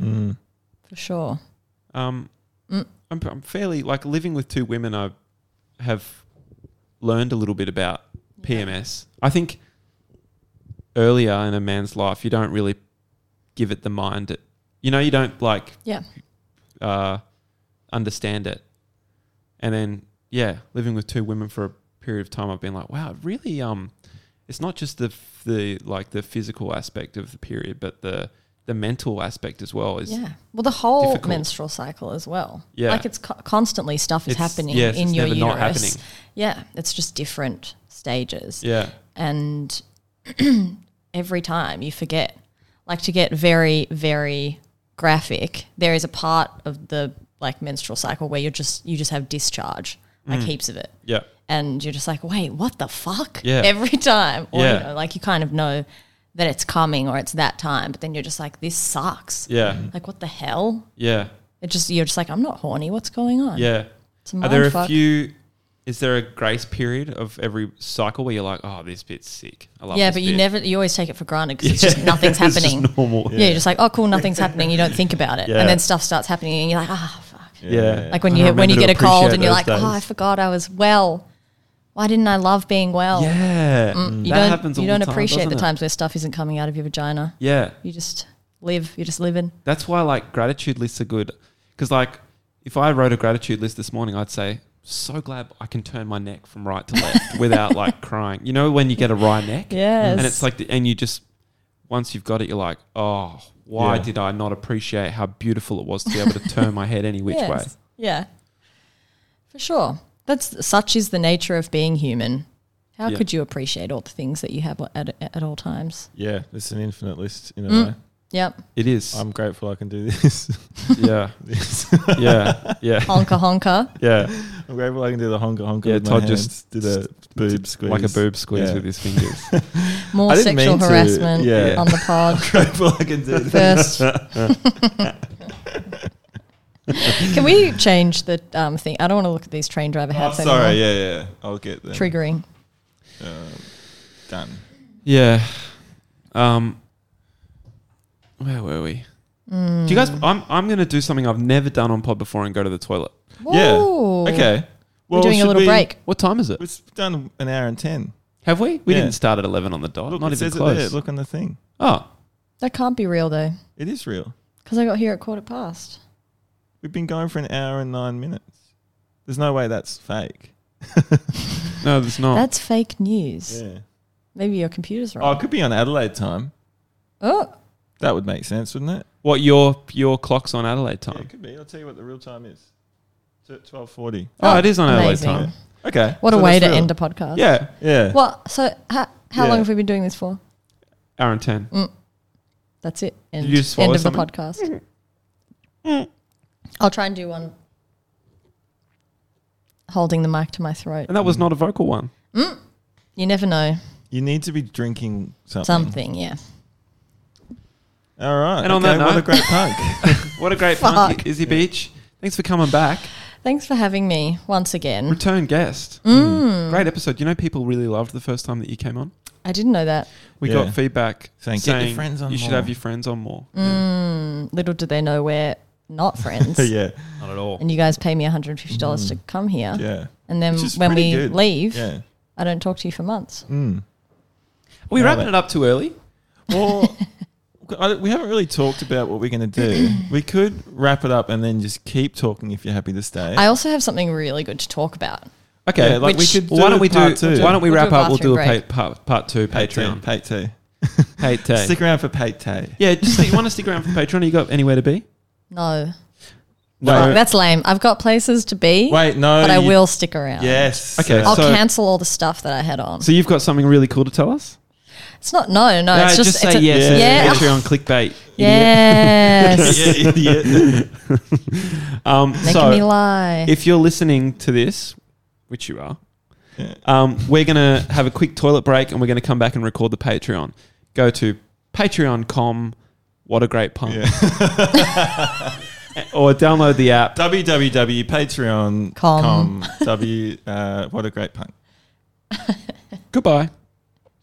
D: for sure.
A: Um,
D: Mm.
A: I'm, I'm fairly like living with two women. I have learned a little bit about PMS. I think earlier in a man's life, you don't really give it the mind. It, you know, you don't like
D: Yeah.
A: uh, understand it. And then, yeah, living with two women for a period of time, I've been like, wow, it really, um, it's not just the f- the like the physical aspect of the period, but the the mental aspect as well. Is
D: Yeah. Well, the whole
A: difficult.
D: menstrual cycle as well.
A: Yeah.
D: Like it's co- constantly stuff is
A: It's-
D: happening
A: yes,
D: in
A: it's
D: your
A: never
D: uterus.
A: not happening.
D: Yeah. It's just different stages.
A: yeah,
D: and every time you forget. Like to get very, very graphic, there is a part of the like menstrual cycle where you're just you just have discharge,
A: Mm.
D: like heaps of it.
A: yeah.
D: And you're just like, wait, what the fuck?
A: Yeah.
D: Every time. Or
A: Yeah.
D: you know, like you kind of know that it's coming or it's that time, but then you're just like, this sucks.
A: Yeah,
D: Like what the hell?
A: yeah,
D: It just you're just like, I'm not horny, what's going on?
A: yeah.
D: It's a
A: Are there a
D: mindfuck.
A: few? Is there a grace period of every cycle where you're like, oh, this bit's sick. I love.
D: Yeah,
A: this
D: but you
A: bit."
D: never you always take it for granted because it's just
A: It's
D: nothing's
A: just
D: happening.
A: normal.
D: Yeah, you're just like, oh, cool, nothing's happening. You don't think about it,
A: Yeah.
D: and then stuff starts happening, and you're like, ah, fuck.
A: Yeah.
D: Like when
A: I
D: you when you
A: remember
D: get
A: to
D: a cold,
A: appreciate
D: and you're
A: those
D: like, oh, I
A: days.
D: forgot I was well. Why didn't I love being well? Mm,
A: Yeah, Mm.
D: You
A: that
D: don't
A: happens. All
D: you don't
A: the time,
D: appreciate the
A: doesn't it?
D: times where stuff isn't coming out of your vagina.
A: Yeah,
D: You just live. You're just living.
A: That's why like gratitude lists are good. Because like if I wrote a gratitude list this morning, I'd say, so glad I can turn my neck from right to left without like crying. You know when you get a wry neck?
D: Yes.
A: And it's like the, and you just once you've got it, you're like, oh, why
B: Yeah.
A: did I not appreciate how beautiful it was to be able to turn my head any which
D: Yes.
A: way?
D: Yeah, for sure. That's such is the nature of being human. How
A: Yeah.
D: could you appreciate all the things that you have at, at all times?
B: Yeah. It's an infinite list in a
D: Mm.
B: way.
D: Yep.
A: It is.
B: I'm grateful I can do this.
A: yeah.
B: This.
A: Yeah. Yeah.
D: Honka honka.
A: Yeah.
B: I'm grateful I can do the honka honka.
A: Yeah,
B: with
A: Todd
B: my
A: just
B: hands, did a boob squeeze.
A: Like a boob squeeze
B: Yeah.
A: with his fingers.
D: More
B: I didn't
D: sexual
B: mean to,
D: harassment
B: yeah.
D: on the pod.
B: grateful I can do that.
D: First. Can we change the um, thing? I don't want to look at these train driver
B: Oh,
D: hats
B: sorry.
D: anymore.
B: Yeah, yeah. I'll get them
D: Triggering.
B: done.
A: Yeah. Um. Where were we? Do you guys?
D: Mm.
A: I'm I'm gonna do something I've never done on pod before and go to the toilet.
D: Whoa.
B: Yeah. Okay.
D: We're doing a
B: should
D: little
B: we-
D: break.
A: What time is it?
B: It's done an hour and ten.
A: Have we? We
B: Yeah.
A: didn't start at eleven on the dot.
B: Look,
A: Not even
B: it says
A: close.
B: it there. Look on the thing.
A: Oh,
D: That can't be real though,
B: It is real.
D: because I got here at quarter past.
B: We've been going for an hour and nine minutes. There's no way that's fake.
A: No, there's not.
D: That's fake news.
B: Oh. Yeah.
D: Maybe your computer's
B: Oh,
D: wrong.
B: it could be on Adelaide time.
D: Oh,
B: That would make sense, wouldn't it?
A: what your your clock's on Adelaide
B: Yeah,
A: time?
B: it could be. I'll tell you what the real time is. It's at twelve forty.
A: Oh, it is on Adelaide
D: amazing.
A: time.
B: Okay.
D: What
B: so
D: a way
B: that's
D: to
B: real.
D: end a podcast.
A: Yeah,
B: Yeah.
D: Well, so ha- how
B: Yeah.
D: long have we been doing this for?
A: hour and ten.
D: That's it. End,
A: you just
D: end
A: swallow
D: of the
A: something?
D: podcast. I'll try and do one holding the mic to my throat.
A: And that was not a vocal one.
D: You never know.
B: You need to be drinking something.
D: Something, yeah.
B: All right.
A: And on
B: okay,
A: that
B: what a
A: note-
B: great punk.
A: What a great
D: Fuck.
A: punk, Izzy Beach. Thanks for coming back.
D: Thanks for having me once again.
A: Return guest.
B: Mm.
D: Mm.
A: Great episode. You know, people really loved the first time that you came on.
D: I didn't know that.
A: We
B: Yeah.
A: got feedback
B: Saying,
A: saying,
B: "Get your friends on
A: you should
B: more."
A: have your friends on more.
D: Mm. Little did they know we're not friends.
B: yeah. Mm.
A: Not at all.
D: And you guys pay me $150 to come here.
B: Yeah.
D: And then
B: Which is
D: when
B: pretty
D: we
B: good.
D: leave,
B: Yeah. Mm.
D: I don't talk to you for months.
A: Are we
B: Nailed
A: wrapping
B: it.
A: it up too early?
B: Well, I- we haven't really talked about what we're going to do. we could wrap it up and then just keep talking if you're happy to stay.
D: I also have something really good to talk about.
A: Okay,
B: Yeah, like we
A: which-
B: could
A: why
B: do
A: don't we
B: part
A: do?
B: two.
A: Why don't we
D: We'll do
A: wrap
D: a
A: up? We'll do a
D: bathroom
A: pa- part, part two
B: Pate two,
A: Patreon.
B: Pate two.
A: Pate two.
B: Stick around for Pate two.
A: yeah, just you want to stick around for Patreon? You got anywhere to be?
D: No.
B: No.
D: Fuck, that's lame. I've got places to be,
B: Wait, no.
D: but I
B: you-
D: will stick around.
B: Yes.
A: Okay,
D: I'll
A: so-
D: cancel all the stuff that I had on.
A: So you've got something really cool to tell us?
D: It's not no, no.
A: No,
D: it's
A: just,
D: just, it's
A: say
D: a-
A: yes.
D: Yeah.
A: Yeah. Patreon clickbait.
D: Yes.
B: yeah, idiot.
A: Um,
D: Making
A: so
D: me lie.
A: if you're listening to this, which you are,
B: Yeah.
A: um, we're going to have a quick toilet break and we're going to come back and record the Patreon. Go to patreon.com, what a great punk. or download the app.
B: www.patreon.com.
D: Com.
B: W, uh, what a great punk.
A: Goodbye.